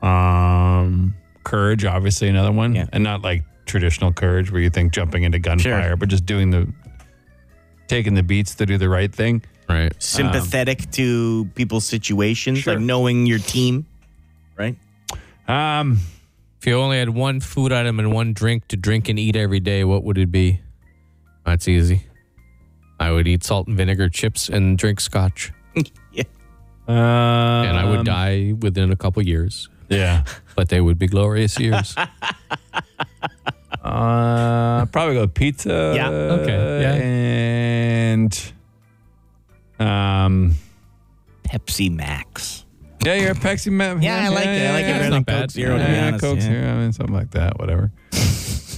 B: Um, courage, obviously, another one.
D: Yeah.
B: And not like traditional courage where you think jumping into gunfire, but just doing the, taking the beats to do the right thing.
C: Right.
D: Sympathetic to people's situations,
B: Sure.
D: like knowing your team, right?
B: Um,
C: If you only had one food item and one drink to drink and eat every day, what would it be? That's easy. I would eat salt and vinegar chips and drink scotch, and I would
B: um,
C: die within a couple years.
B: Yeah.
C: But they would be glorious years.
B: Uh, probably go with pizza.
D: Yeah,
B: Uh,
C: okay, yeah.
B: And um,
D: Pepsi Max.
B: yeah, you're a Pepsi man.
D: Yeah, I like it. I like it better
B: it's
D: than
B: not
D: Coke
B: bad.
D: Zero, to
B: Yeah,
D: be honest,
B: Coke
D: yeah.
B: Zero. I mean, something like that. Whatever.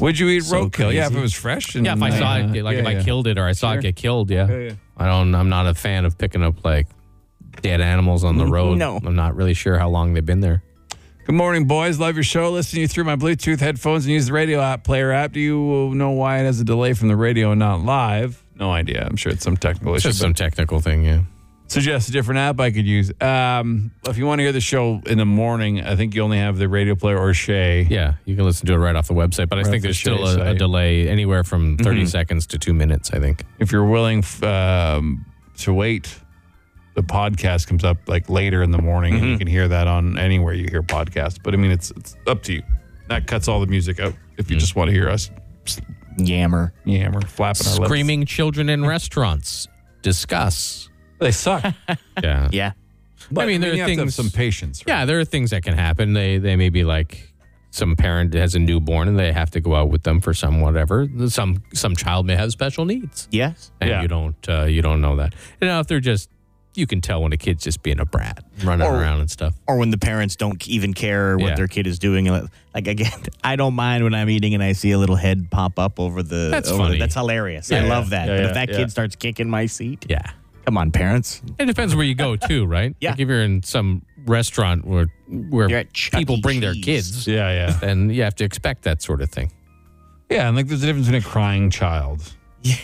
B: Would you eat
D: So
B: roadkill? Yeah, if
D: crazy.
B: it was fresh. And,
C: yeah, if I saw
B: uh,
C: it, like if
B: yeah,
C: I
B: yeah.
C: killed it or I saw
B: Sure.
C: it get killed, yeah.
B: Yeah, yeah.
C: I don't. I'm not a fan of picking up like dead animals on the road.
D: no.
C: I'm not really sure how long they've been there.
B: Good morning, boys. Love your show. Listen to you through my Bluetooth headphones and use the radio app player app. Do you know why it has a delay from the radio and not live? No idea. I'm sure it's some technical
C: It's
B: issue.
C: just
B: but-
C: some technical thing. Yeah.
B: suggest a different app I could use. Um, if you want to hear the show in the morning, I think you only have the radio player or Shay.
C: Yeah, you can listen to it right off the website, but I
B: off
C: think
B: the
C: there's still
B: Shea
C: a, a
B: site. Mm-hmm.
C: delay anywhere from 30 seconds to two minutes, I think.
B: If you're willing f- um, to wait, the podcast comes up like later in the morning,
C: Mm-hmm.
B: and you can hear that on anywhere you hear podcasts. But I mean, it's it's up to you. That cuts all the music out if
C: Mm.
B: you just want to hear us.
D: Yammer.
B: Yeah, we're flapping our lips.
C: Screaming children in restaurants. Discuss.
B: They suck.
C: Yeah.
D: Yeah.
B: But,
C: I mean, there
B: you
C: are
B: have to have
C: things-
B: some patience. right?
C: Yeah, there are things that can happen. They they may be like some parent has a newborn and they have to go out with them for some whatever. Some some child may have special needs.
D: Yes.
C: And
B: Yeah.
C: you don't uh, you don't know that. And now if they're just you can tell when a kid's just being a brat, running
D: Or-
C: around and stuff.
D: Or when the parents don't even care what
C: Yeah.
D: their kid is doing. and Like again, I don't mind when I'm eating and I see a little head pop up over the.
C: That's
D: over the-
C: funny.
D: that's hilarious. I
C: Yeah,
D: love that.
B: yeah,
D: but
B: yeah,
D: if that
B: yeah.
D: kid starts kicking my seat,
C: Yeah.
D: come on, parents.
C: It depends where you go too, right?
D: Yeah.
C: Like if you're in some restaurant where
D: You're
C: where
D: at Chuck E.
C: people bring their
D: Cheese.
C: kids,
B: Yeah, yeah,
C: then you have to expect that sort of thing.
B: yeah. And like, there's a difference between a crying child.
D: Yeah.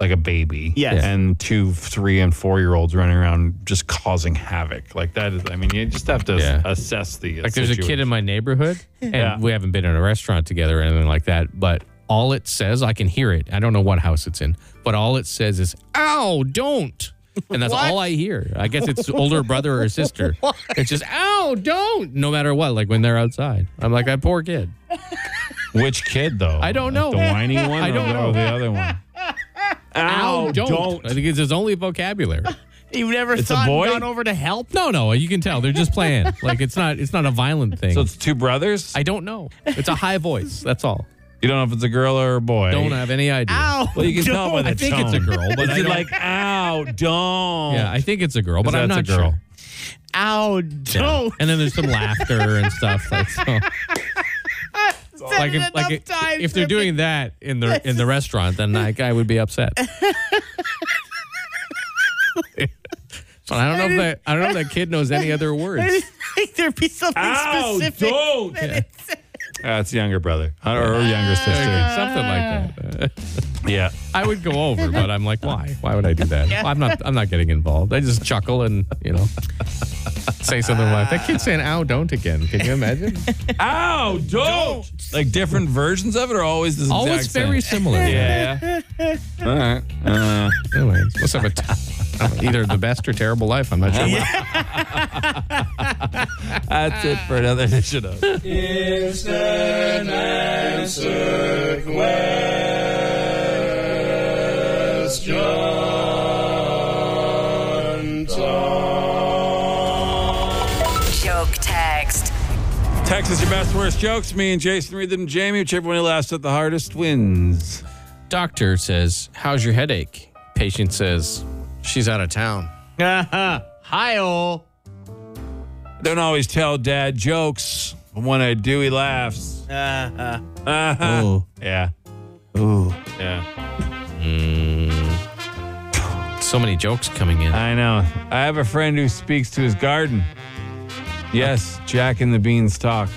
B: like a baby.
D: Yes.
B: And two, three, and four year olds running around just causing havoc. Like that is, I mean, you just have to s-
C: Yeah.
B: assess the.
C: Like there's a kid in my neighborhood, and
B: Yeah.
C: we haven't been in a restaurant together or anything like that. But all it says, I can hear it. I don't know what house it's in, but all it says is "ow, don't," and that's all I hear. I guess it's older brother or sister. It's just "ow, don't," no matter what. Like when they're outside, I'm like that poor kid.
B: Which kid though?
C: I don't know.
B: The whiny one.
C: I
B: or
C: don't
B: the-
C: know.
B: the other one.
C: Ow, don't. I think it's his only vocabulary.
D: You've never
B: It's a
D: thought
B: boy?
D: and gone over to help.
C: No, no, you can tell they're just playing. like it's not, it's not a violent thing.
B: So it's two brothers.
C: I don't know. It's a high voice. That's all.
B: you don't know if it's a girl or a boy.
C: Don't have any idea.
D: Ow!
B: Well, you can tell by the
C: I think it's a
B: tone.
C: girl, but
B: Is
C: I
B: it
C: don't-
B: like ow, don't?
C: Yeah, I think it's a girl, but
B: Because
C: I'm not
B: that's a girl.
C: sure.
D: Ow!
C: Yeah.
D: Don't.
C: And then there's some laughter and stuff like so. Like if, like if, if they're doing that in the in the restaurant, then that guy would be upset. But I don't know if that I don't know if that kid knows any other words.
D: I think there'd be something
B: Ow,
D: specific.
B: don't. Yeah, it's younger brother or, or younger sister.
C: Something like that.
B: Yeah.
C: I would go over, but I'm like, why? Why would I do that? I'm not. I'm not getting involved. I just chuckle and you know say something like that. Kid saying "ow, don't" again. Can you imagine?
B: Ow, don't. Like different versions of it are always the exact
C: Always very
B: same?
C: similar.
B: Yeah. All right. Uh,
C: Anyway, must have a t- I don't know, either the best or terrible life. I'm not sure.
B: that's it for another edition of.
E: Joke text.
B: Text us your best worst jokes. Me and Jason read them. Jamie, whichever one he laughs at the hardest wins.
C: Doctor says, "How's your headache?" Patient says, "She's out of town."
D: Hi, all.
B: I don't always tell dad jokes, but when I do, he laughs.
C: Uh-huh.
B: Uh-huh.
D: Oh,
B: Yeah.
D: ooh.
B: Yeah.
C: So many jokes coming in.
B: I know. I have a friend who speaks to his garden. Yes, Jack and the Beanstalk.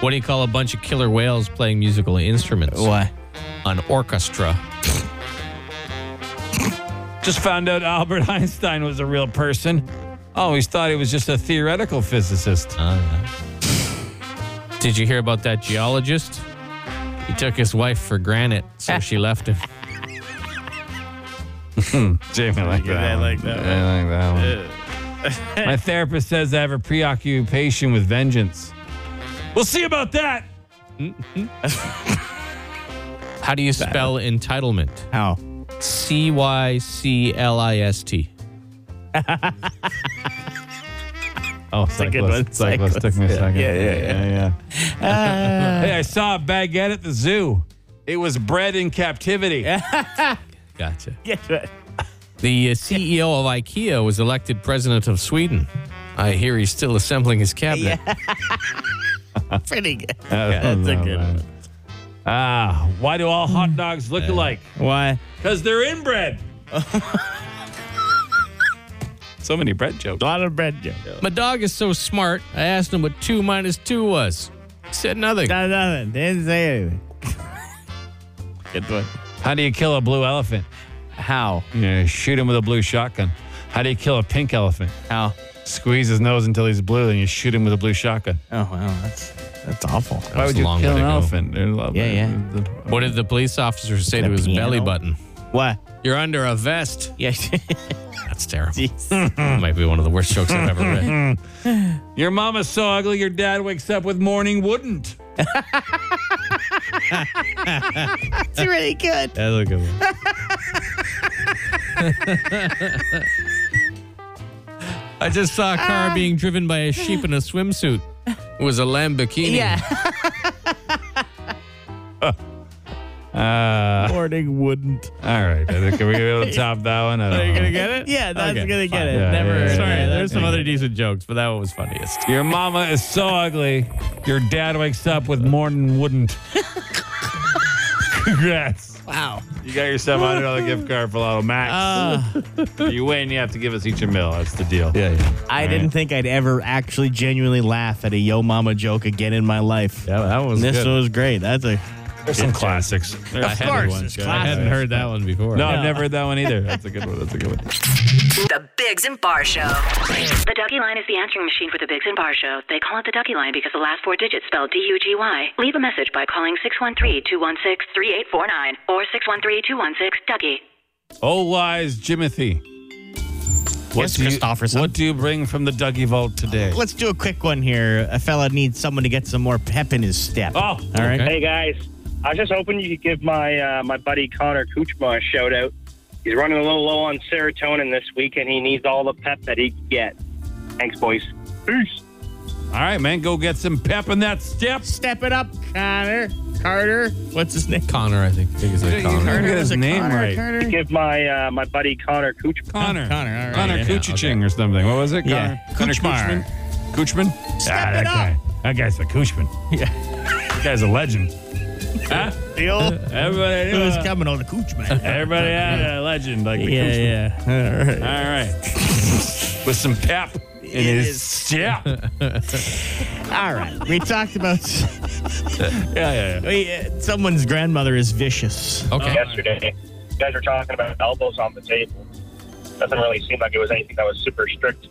C: What do you call a bunch of killer whales playing musical instruments?
D: What?
C: An orchestra.
B: Just found out Albert Einstein was a real person. Always thought he was just a theoretical physicist.
C: Did you hear about that geologist? He took his wife for granted, so she left him.
B: Jamie, I like that. I like that. I like that one. My therapist says I have a preoccupation with vengeance. We'll see about that.
C: How do you spell entitlement?
D: How?
C: C Y C L I S T.
B: Oh, it's
D: a good one.
B: Cyclist took me a second.
D: Yeah, Ah. yeah, yeah.
B: Hey, I saw a baguette at the zoo. It was bred in captivity.
C: Gotcha. The uh, CEO of IKEA was elected president of Sweden. I hear he's still assembling his cabinet.
D: Pretty good.
C: Uh,
B: That's
D: a good one. Hmm.
B: Ah, why do all hot dogs look alike?
D: Why?
B: Because they're inbred. so many bread jokes.
D: A lot of bread, Joe.
C: My dog is so smart, I asked him what 2 minus 2 was. He said nothing.
D: Not nothing. Didn't say anything. good one.
B: How do you kill a blue elephant?
D: How?
B: Yeah, shoot him with a blue shotgun. How do you kill a pink elephant?
D: How?
B: Squeeze his nose until he's blue, and you shoot him with a blue shotgun.
D: Oh, wow. That's that's awful.
B: Why
C: was
B: would
C: a
B: you
C: long
B: kill
C: way
B: an
C: to go.
B: elephant? They're lo-
D: Yeah, yeah.
B: the-
C: What did the police officer say
D: The
C: to his
D: piano?
C: belly button?
D: What?
C: You're under a vest.
D: Yeah.
C: That's terrible. Might be one of the worst jokes I've ever read.
B: Your mama's so ugly, your dad wakes up with morning wouldn't.
D: That's really good.
C: That's a good one. I just saw a
B: Ah.
C: car being driven by a sheep in a swimsuit. It was a Lamborghini.
D: Yeah.
B: Uh,
D: Morning wouldn't.
B: all right. I think are we gonna be able to top that one? I don't know.
C: get it?
D: Yeah, that's
C: Okay,
D: gonna get
C: fine.
D: it.
B: Yeah,
D: Never.
B: yeah, yeah,
C: Sorry,
B: yeah,
C: there's
B: that's
C: some
B: good.
C: other decent jokes, but that one was funniest.
B: Your mama is so ugly, your dad wakes up with morning wouldn't. Congrats.
D: Wow.
B: You got yourself a hundred dollar gift card for Lotto Max.
C: Ah.
B: you win, you have to give us each a meal. That's the deal.
C: Yeah, yeah.
D: I didn't think I'd ever actually genuinely laugh at a yo mama joke again in my life.
C: that one was
D: This
C: good.
D: one was great. That's a
B: There's some classics. There's
C: I hadn't-
B: classics.
D: it's
C: I hadn't heard that one before.
B: No, I've never heard that one either. That's a good one. That's a good one.
E: The Bigs and Bar Show.
H: The Ducky Line is the answering machine for the Biggs and Bar Show. They call it the Ducky Line because the last four digits spell D U G Y. Leave a message by calling 613 216 3849 or 613 216 Ducky.
B: Oh, wise Jimothy. What
D: Yes,
B: do you-
D: Christofferson.
B: What do you bring from the Dougie Vault today?
D: Let's do a quick one here. A fella needs someone to get some more pep in his step.
B: Oh,
D: all right.
C: okay.
G: Hey guys, I was just hoping you could give my uh, my buddy Connor Kuchma a shout out. He's running a little low on serotonin this week, and he needs all the pep that he can get. Thanks, boys. Peace.
B: all right, man. Go get some pep in that step.
D: Step it up, Connor. Carter. What's his name?
C: Connor, I think. I think it's like Connor.
B: Get his
D: Was it
B: name
D: Connor,
B: right.
D: Carter?
G: Give my uh, my buddy Connor Kuchma.
B: Connor.
D: Connor, all right,
B: Connor
D: yeah,
B: Kuchiching or something. What was it?
D: Yeah.
B: Connor, Connor
D: Kuchmar.
B: Kuchman. Kuchman?
D: Step
B: Ah,
D: it
B: that
D: up.
B: Guy. That guy's the Kuchman.
D: Yeah.
B: That guy's a legend. huh?
D: The old
B: Everybody
D: who's
B: knew. a-
D: coming on the cooch, man.
B: Everybody had a legend like the
D: yeah,
B: Kuchman.
D: yeah. All right.
B: All right. With some pep. It is. Yeah. yeah,
D: All right. We talked about
B: yeah, yeah.
D: we, uh, someone's grandmother is vicious.
C: Okay.
G: yesterday. You guys were talking about elbows on the table. Doesn't really seem like it was anything that was super strict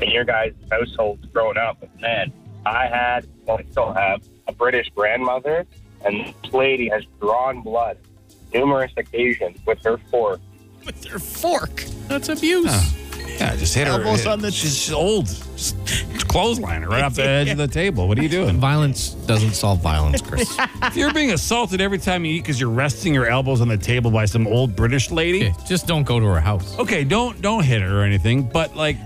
G: in your guys' household growing up. But man, I had, well, I still have, a British grandmother, and this lady has drawn blood numerous occasions with her fork.
D: With their fork.
C: That's abuse.
B: Ah. Yeah, just hit
D: Elbows
B: her.
D: on the-
B: she's she's old. Just clothesline her right off the edge of the table. What are you doing?
C: Violence doesn't solve violence, Chris.
B: if you're being assaulted every time you eat because you're resting your elbows on the table by some old British lady,
C: Okay, Just don't go to her house.
B: okay, don't don't hit her or anything, but like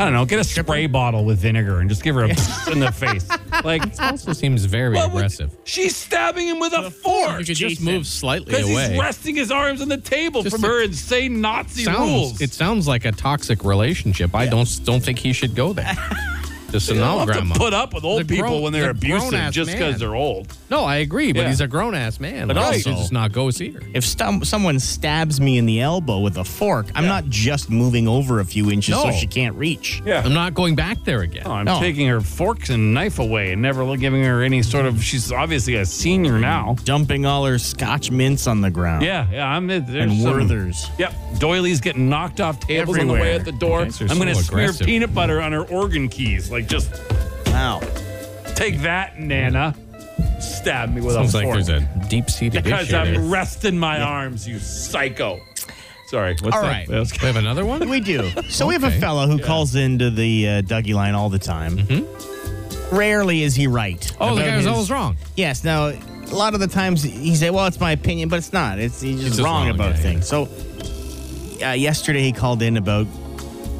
B: I don't know, get a spray bottle with vinegar and just give her a in the face. Like
C: Also seems very
B: Ah. what would-
C: aggressive.
B: she's stabbing him with a fork.
C: You could just
B: Jason.
C: move slightly
B: 'Cause
C: away.
B: he's resting his arms on the table
C: Just
B: from
C: a-
B: her insane Nazi rules.
C: sounds, it sounds like a toxic relationship. I don't don't think he should go there. Just an
B: You don't
C: old
B: have
C: grandma.
B: to put up with old
C: He's a
B: people
C: grown-
B: when they're
C: he's a grown-ass
B: abusive just
C: man.
B: because they're old.
C: no, I agree, but
B: Yeah.
C: he's a grown ass man.
B: But
C: Like, you
B: also-
C: should just not go see her.
D: If stum- someone stabs me in the elbow with a fork, I'm not just moving over a few inches so
C: No.
D: she can't reach.
B: Yeah.
C: I'm not going back there again.
B: No, Oh, I'm
D: No.
B: taking her forks and knife away and never giving her any sort of. She's obviously a senior now.
D: Dumping all her scotch mints on the ground.
B: Yeah, yeah. I'm there's
D: And
B: some-
D: Werther's.
B: Yep, doilies getting knocked off tables on the way
D: Everywhere.
B: at the door.
C: Okay, so you're
B: I'm going to
C: so
B: smear
C: aggressive.
B: peanut butter on her organ keys. Like, just
D: Wow.
B: take that, Nana. Stab me with
C: Sounds
B: a
C: like
B: fork.
C: there's a deep seated
B: because
C: issue. there.
B: I'm resting my arms, you psycho. Sorry. What's
D: All
B: that?
D: right.
B: That was-
C: we have another one.
D: We do. So we have a
C: Okay.
D: fella who calls into the uh, Dougie line all the time. Rarely is he right.
C: Oh, the
D: about
C: guy was
D: his-
C: always wrong.
D: Yes. Now, a lot of the times he say, "Well, it's my opinion," but it's not. It's he's just,
C: just
D: wrong,
C: wrong,
D: about
C: yeah,
D: things. So, uh, yesterday he called in about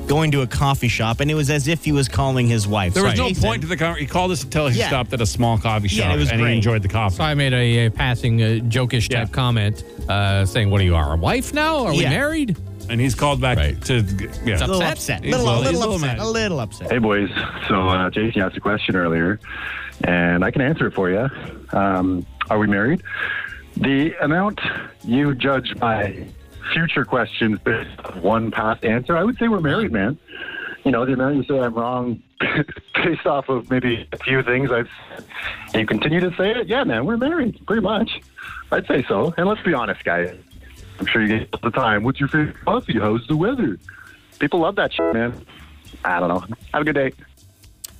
D: going to a coffee shop, and it was as if he was calling his wife.
B: There
D: So
B: was no
D: Jason-
B: point to the conversation. He called us until he
D: Yeah.
B: stopped at a small coffee shop
D: Yeah, it was
B: and he
D: great.
B: enjoyed the coffee.
C: So I made a, a passing uh, jokish
B: Yeah.
C: type comment uh, saying, What are you, our wife now? Are we
D: Yeah.
C: married?
B: And he's called back
C: Right.
B: to. Yeah.
D: A little
C: Upset?
D: upset.
B: He's
D: Little,
B: a
D: a
B: little-
D: little,
B: he's a little
D: upset.
B: mad.
D: A little upset.
I: Hey, boys. So, uh, Jason asked a question earlier, and I can answer it for you. Um, are we married? The amount you judge by future questions based on one past answer, I would say we're married, man. You know, the amount you say I'm wrong based off of maybe a few things I've said, and you continue to say it, yeah, man, we're married, pretty much. I'd say so. And let's be honest, guys. I'm sure you get it all the time. What's your favorite coffee? How's the weather? People love that shit, man. I don't know. Have a good day.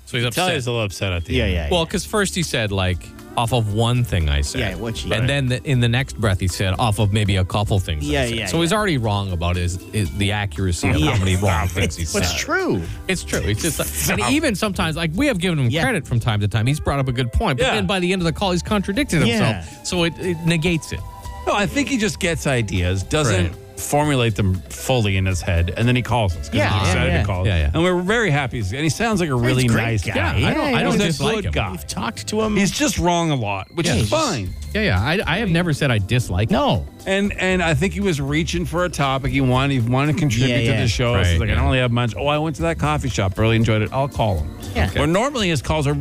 C: So
B: Tell
C: he's
B: you
C: upset.
B: he's a little upset at the
D: Yeah,
B: end.
D: yeah.
C: Well, because first he said, like, off of one thing I said.
D: Yeah, what she-
C: And then the, in the next breath, he said, off of maybe a couple things. I
D: Yeah,
C: said.
D: yeah,
C: So he's already wrong about his, his the accuracy of
D: Yeah.
C: how many wrong things he said.
D: What's true?
C: It's true. It's just like, and even sometimes, like we have given him
D: Yeah.
C: credit from time to time. He's brought up a good point, but
B: Yeah.
C: then by the end of the call, he's contradicted himself.
D: Yeah.
C: So it, it negates it.
B: No, I think he just gets ideas, doesn't
C: Right.
B: formulate them fully in his head, and then he calls us. 'cause
D: Yeah,
B: he's
D: yeah,
B: excited
D: yeah.
B: to call.
C: Yeah, yeah.
B: And we're very happy. And he sounds like a really
D: He's a great
B: nice guy.
D: guy.
B: I don't,
D: Yeah,
B: I don't
D: he's a
B: dislike
C: good
B: him.
C: guy.
D: We've talked to him.
B: He's just wrong a lot, which is
D: he's just-
B: fine.
C: Yeah, yeah. I, I have never said I dislike.
D: no.
B: And and I think he was reaching for a topic. He wanted he wanted to contribute
D: Yeah,
B: to
D: yeah.
B: the show. So he's
C: Right,
B: like, I
C: yeah.
B: don't really have much. Oh, I went to that coffee shop. Really enjoyed it. I'll call him.
D: Yeah.
B: Where normally his calls are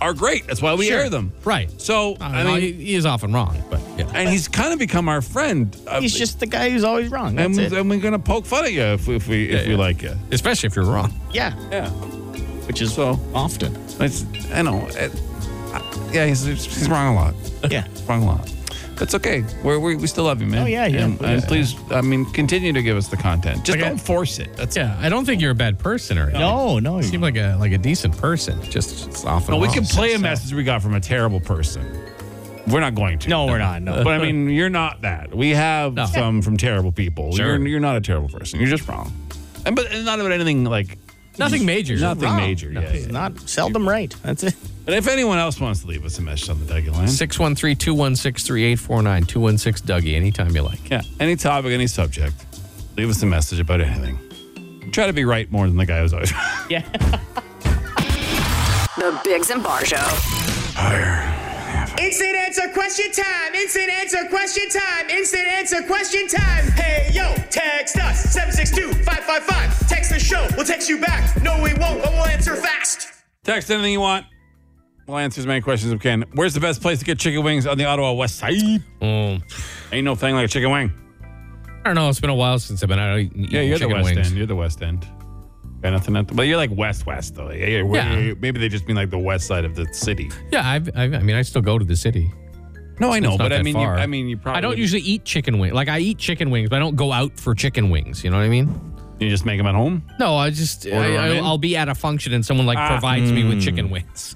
B: are great. That's why we
D: Sure. Uh,
B: air them.
C: Right.
B: So
C: I
B: I mean,
C: he, he is often wrong, but yeah.
B: and he's kind of become our friend. Uh,
D: He's just the guy who's always wrong. That's
B: and,
D: it.
B: and we're gonna poke fun at you if we if we, if
C: Yeah,
B: we
C: yeah.
B: like you.
C: especially if you're wrong.
D: yeah.
B: Yeah.
D: Which is
B: So-
D: often.
B: It's I know. It, I, yeah, he's, he's wrong a lot.
D: Yeah.
B: Wrong a lot. That's okay. We're, we we still love you, man.
D: Oh, yeah, yeah.
B: And, and
D: Yeah.
B: please, I mean, continue to give us the content. Just
D: Okay.
B: don't force it. That's
C: Yeah, I don't think you're a bad person or anything.
D: No, no.
C: You seem like a like a decent person. Just it's often.
B: No, we
C: wrong.
B: can play a
C: So-
B: message we got from a terrible person. We're not going to.
D: no, we're not. No.
B: But I mean, you're not that. We have
C: No.
B: some from terrible people.
C: Sure.
B: You're, you're not a terrible person. You're just wrong. And but and not about anything like
C: Nothing major.
B: Nothing
C: Wrong.
B: major. Yeah, yeah.
D: It's not seldom right. That's it.
B: But if anyone else wants to leave us a message on the Dougie line,
C: 613 216 3849 216 Dougie, anytime you like.
B: yeah, any topic, any subject, leave us a message about anything. Try to be right more than the guy who's always.
E: The Bigs and Bar Show.
F: Instant answer question time. Instant answer question time. Instant answer question time. Hey, yo, text us 762 555. Text the show. We'll text you back. No, we won't, but we'll answer fast.
B: Text anything you want. We'll answer as many questions as we can. Where's the best place to get chicken wings on the Ottawa West Side?
C: Um,
B: Ain't no thing like a chicken wing.
C: I don't know. It's been a while since I've been out eating
B: Yeah, you're
C: chicken
B: the West
C: wings.
B: End. You're the West End. Got nothing. at the- But you're like West West though. Yeah, yeah, way-
C: Yeah.
B: Maybe they just mean like the west side of the city.
C: Yeah, I've, I've, I mean, I still go to the city.
B: No, I know,
C: It's not
B: but I
C: that
B: mean, you,
C: far.
B: I mean, you probably
C: I don't usually eat chicken wings. Like I eat chicken wings, but I don't go out for chicken wings. You know what I mean?
B: You just make them at home.
C: No, I just I,
B: 'em in?
C: I'll, I'll be at a function and someone like provides me with chicken wings.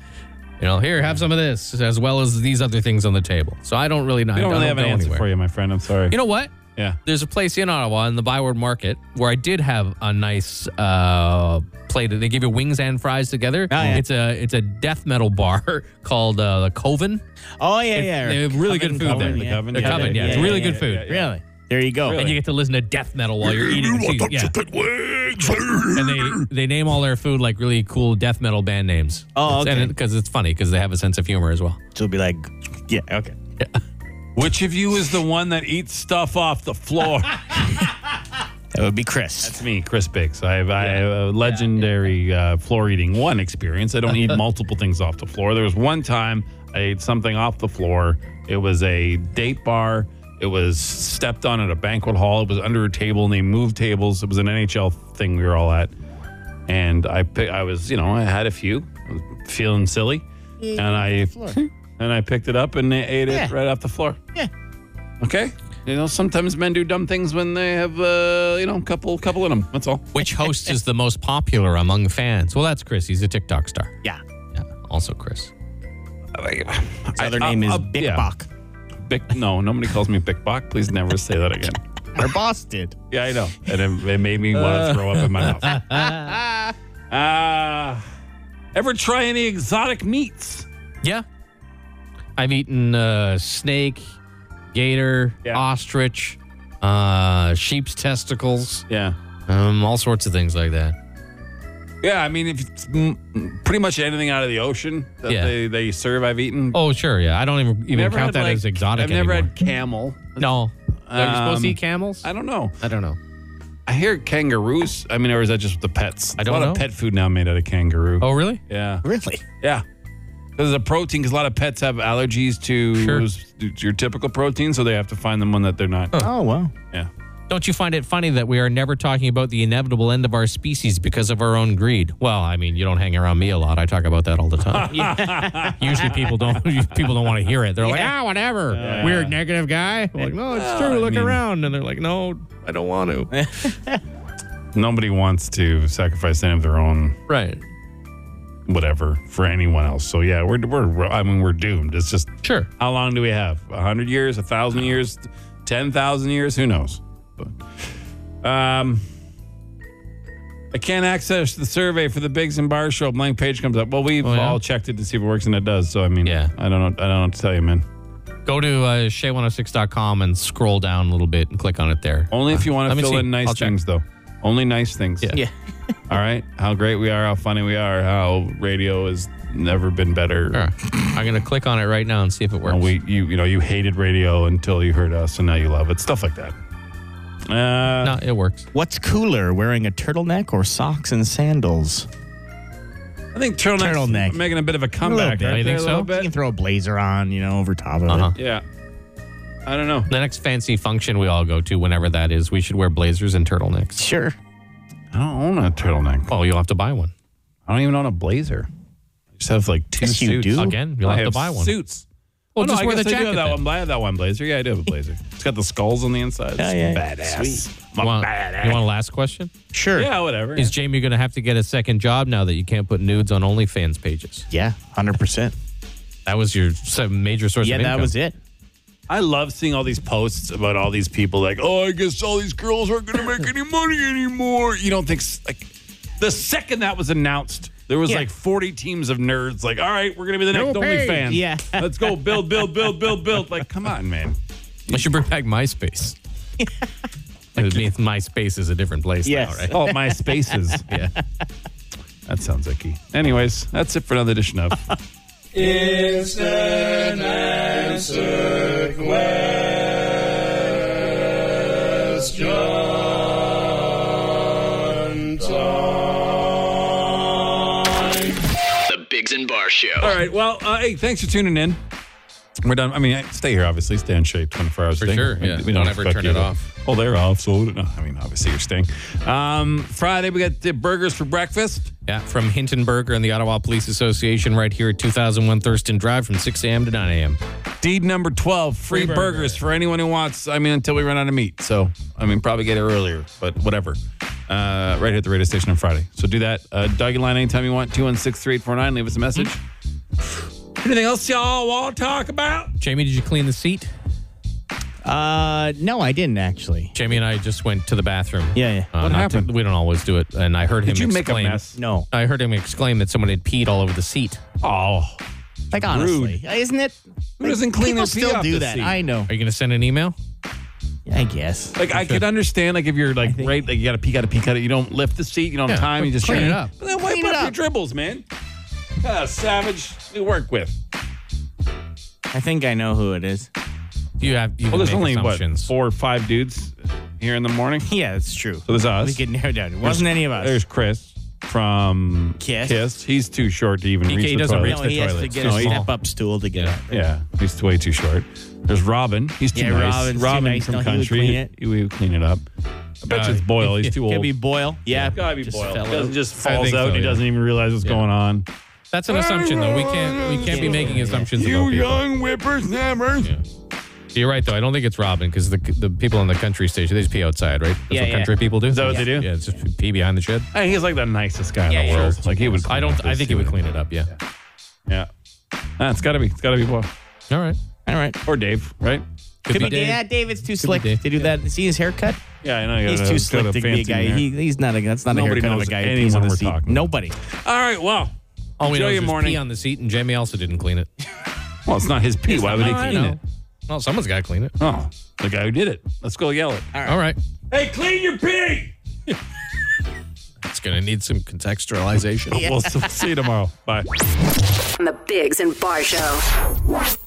C: You know, here have some of this as well as these other things on the table. So I don't really know.
B: I don't really have an
C: go
B: answer
C: anywhere.
B: for you, my friend. I'm sorry.
C: You know what?
B: yeah.
C: There's a place in Ottawa in the Byward Market where I did have a nice uh, plate. They give you wings and fries together.
B: Oh,
D: yeah.
C: It's a it's a death metal bar called uh, the Coven.
D: Oh yeah, yeah.
C: They have really good food
D: Coven,
C: there.
B: The
D: yeah.
B: Coven,
C: The
B: yeah,
C: Coven,
B: yeah,
C: yeah, it's
B: yeah,
C: really
B: yeah,
C: good
B: yeah,
C: food.
B: yeah, yeah.
D: Really? There you go.
C: And you get to listen to death metal while you're eating. the cheese. Yeah. And they, they name all their food like really cool death metal band names.
D: Oh, okay.
C: Because it's funny because they have a sense of humor as well.
D: She'll be like, yeah, okay.
B: Which of you is the one that eats stuff off the floor?
D: That would be Chris.
B: It's me, Chris Biggs. I have, I have a legendary Uh, floor eating one experience. I don't eat multiple things off the floor. There was one time I ate something off the floor. It was a date bar. It was stepped on at a banquet hall. It was under a table, and they moved tables. It was an NHL thing we were all at, and I pick, I was you know I had a few, I was feeling silly, and I and I picked it up and ate it
D: Yeah.
B: right off the floor.
D: Yeah.
B: Okay. You know, sometimes men do dumb things when they have, uh, you know, a couple, couple in them. That's all.
C: Which host is the most popular among fans? Well, that's Chris. He's a TikTok star.
D: Yeah.
C: Yeah, also Chris.
D: His other
B: I-
D: name
B: uh,
D: is
B: uh,
D: Big
B: yeah.
D: Bok.
B: Bic, no, nobody calls me Bic Bok. Please never say that again.
D: Our boss did.
B: Yeah, I know. And it, it made me want to throw up in my mouth. Uh, ever try any exotic meats?
C: Yeah. I've eaten uh, snake, gator,
B: Yeah.
C: ostrich, uh, sheep's testicles,
B: Yeah.
C: um, all sorts of things like that.
B: Yeah, I mean, if it's mm, pretty much anything out of the ocean that
C: Yeah.
B: they, they serve, I've eaten.
C: Oh, sure. Yeah. I don't even, even
B: Never
C: count
B: had,
C: that
B: like-
C: as exotic
B: I've never
C: anymore.
B: had camel.
C: no. Are you supposed to
B: Um,
C: eat camels?
B: I don't know.
C: I don't know.
B: I hear kangaroos. I mean, or is that just the pets?
C: I don't
B: a lot of
C: know.
B: pet food now made out of kangaroo.
C: Oh, really?
B: Yeah.
D: Really?
B: Yeah. Because the protein, because a lot of pets have allergies to
C: Sure.
B: those- to your typical protein, so they have to find the one that they're not.
D: Oh wow.
B: Yeah.
C: Don't you find it funny that we are never talking about the inevitable end of our species because of our own greed? Well, I mean, you don't hang around me a lot. I talk about that all the time. Usually, people don't people don't want to hear it. They're like, ah, whatever, weird negative guy. I'm like, no, it's true. Look around, and they're like, no, I don't want to.
B: Nobody wants to sacrifice any of their own
C: right?
B: whatever for anyone else. So yeah, we're we're I mean we're doomed. It's just
C: Sure.
B: how long do we have? A hundred years? A thousand years? Ten thousand years? Who knows? But, um, I can't access the survey for the Biggs and Bar Show. Blank page comes up. Well, we've
C: Oh, yeah?
B: all checked it to see if it works, and it does. So I mean,
C: Yeah.
B: I don't know. I don't know what to tell you, man.
C: Go to uh, shay106.com and scroll down a little bit and click on it there.
B: Only if you want
C: Let
B: to
C: me
B: fill
C: see.
B: in nice
C: I'll check.
B: things, though. Only nice things.
C: Yeah.
D: Yeah.
B: All right. How great we are. How funny we are. How radio has never been better.
C: Sure. I'm gonna click on it right now and see if it works.
B: And we, you, you know, you hated radio until you heard us, and now you love it. Stuff like that. Uh,
C: no, it works.
D: What's cooler, wearing a turtleneck or socks and sandals?
B: I think turtlenecks
D: Turtleneck.
B: making a bit of a comeback.
D: bit.
B: aren't
C: You think
B: they, a
C: so?
B: little
D: You can
B: bit?
D: throw a blazer on, you know, over top of
C: Uh-huh.
D: it.
B: Yeah. I don't know.
C: The next fancy function we all go to, whenever that is, we should wear blazers and turtlenecks.
D: Sure.
B: I don't own a turtleneck.
C: Oh, you'll have to buy one.
B: I don't even own a blazer. I just have like two
D: Yes, you
B: suits.
D: do.
C: Again, you'll
B: I
C: have,
B: have
C: to buy one.
B: Suits.
C: Well,
B: Oh, no,
C: just
B: I
C: wear the
B: guess I do
C: jacket.
B: have that
C: then.
B: one. I have that one blazer. Yeah, I do have a blazer. it's got the skulls on the inside.
D: Yeah, yeah,
B: It's
D: yeah.
B: badass.
C: You
B: I'm a
C: want,
B: badass.
C: you want a last question?
D: Sure.
B: Yeah, whatever.
C: Is Jamie going to have to get a second job now that you can't put nudes on OnlyFans pages?
D: Yeah, hundred percent.
C: That was your se- major source
D: Yeah,
C: of income.
D: that was it.
B: I love seeing all these posts about all these people like, oh, I guess all these girls aren't going to make any money anymore. You don't think, s- like, the second that was announced, there was
D: Yeah.
B: like 40 teams of nerds like, all right, we're going to be the next
D: page.
B: OnlyFans.
D: Yeah.
B: Let's go build, build, build, build, build. Like, come on, man.
C: I should bring back MySpace. it means MySpace is a different place
D: Yes.
C: now, right?
B: Oh, my spaces. yeah. That sounds icky. Anyways, that's it for another edition of.
A: The Bigs and Bar Show.
B: All right. Well, uh, hey, thanks for tuning in. We're done. I mean, I- stay here, obviously. Stay in shape 24 hours
C: For
B: a day.
C: sure,
B: We-
C: yeah.
B: We
C: Don't
B: don't,
C: ever
B: expect
C: turn
B: you
C: it
B: to-
C: off.
B: Oh, they're off. So, no, I mean, obviously, you're staying. Um, Friday, we got the burgers for breakfast.
C: Yeah, from Hintonburger and the Ottawa Police Association right here at 2001 Thurston Drive from 6 a.m. to 9 a.m.
B: Deed number 12 free,
C: Free burger.
B: burgers for anyone who wants. I mean, until we run out of meat. So, I mean, probably get it earlier, but whatever. Uh, right here at the radio station on Friday. So, do that. Uh, doggy line anytime you want 216 3849. Leave us a message. Anything else y'all want to talk about?
C: Jamie, did you clean the seat?
D: Uh, no, I didn't actually.
C: Jamie and I just went to the bathroom.
D: Yeah, yeah.
C: Uh,
B: What
C: not
B: happened?
C: To, we don't always do it. And I heard him
B: Did you make a
C: exclaim,
B: mess?
D: No,
C: I heard him exclaim that someone had peed all over the seat.
B: Oh,
D: like honestly, isn't it?
B: who doesn't clean
D: People
B: their pee
D: still
B: off
D: do
B: the
D: that.
B: seat?
D: I know.
C: Are you going to send an email?
D: I guess.
B: Like I could understand, like if you're like right, like you got to peek out a peek out, you don't lift the seat, you don't have
C: Yeah,
B: time, you just
C: clean
B: try
C: it
B: and-
C: up.
B: But then wipe
D: Clean it
B: up, your
D: up.
B: dribbles, man. Ah, savage to work with.
D: I think I know who it is.
C: You have you
B: Well,
C: can
B: there's
C: make
B: only what
C: assumptions.
B: four or five dudes here in the morning. So
D: Yeah, it's true.
B: there's us.
D: We could narrow it down. It wasn't any of us.
B: There's Chris from
D: Kiss.
B: He's too short to even
C: PK
B: reach the
C: doesn't
B: toilet.
C: reach
D: no,
C: the
D: he has to
C: toilets.
D: get
B: No,
D: a
B: he-
D: step up stool to get
C: Yeah.
D: up.
B: Yeah, he's way too short. There's Robin. He's too
D: Yeah,
B: nice.
D: Robin's too
B: Robin
D: nice.
B: from
D: No, he would
B: Country.
D: clean it.
B: He would clean it up. I bet you it's
C: Uh,
B: Boyle. He's too old.
D: Could be Boyle. Yeah,
B: Gotta be
D: just
B: Boyle.
D: fell
B: Doesn't
D: out.
B: just
C: I
B: falls
C: think
B: out.
C: so,
B: and He
C: yeah.
B: doesn't even realize what's going on.
C: That's an assumption, though. We can't we can't be making assumptions. about people.
B: whippersnappers.
C: You're right, though. I don't think it's Robin because the the people in the country station they just pee outside, right? That's
D: Yeah,
C: what
D: yeah.
C: country people do. Is
B: that what they do?
C: Yeah, it's just pee behind the shed.
B: Hey, he's like the nicest guy in the
D: yeah,
B: world.
D: sure.
B: Like he would.
C: I
B: clean
C: don't.
B: up
C: I
B: this
C: think he would
B: too.
C: clean it up. Yeah.
B: Yeah. Ah, it's gotta be. It's gotta be Boyle
C: All right.
D: All right.
B: or Dave, right?
D: Could, be,
C: Dave.
D: Yeah, David's too slick
C: Dave.
D: to do that. See his haircut?
B: Yeah, I know. you
D: He's
B: gotta
D: too
B: go
D: slick to be a
B: fancy
D: guy.
B: there.
D: He, he's not a. That's not
B: Nobody
D: a haircut of
B: knows
D: a guy. who
B: anyone
D: pees on the
B: we're
D: seat.
B: talking about.
D: Nobody.
B: All right. Well,
C: All we
B: Enjoy
C: know is
B: your
C: there's
B: morning.
C: pee on the seat, and Jamie also didn't clean it.
B: well, it's not his pee. Why would he
C: Oh, I
B: clean
C: know.
B: it?
C: Well, someone's got to clean it.
B: Oh, the guy who did it. Let's go yell it.
C: All right.
B: Hey, clean your pee.
C: It's gonna need some contextualization.
B: We'll s- see you tomorrow. Bye.
E: on the Bigs and Bar Show.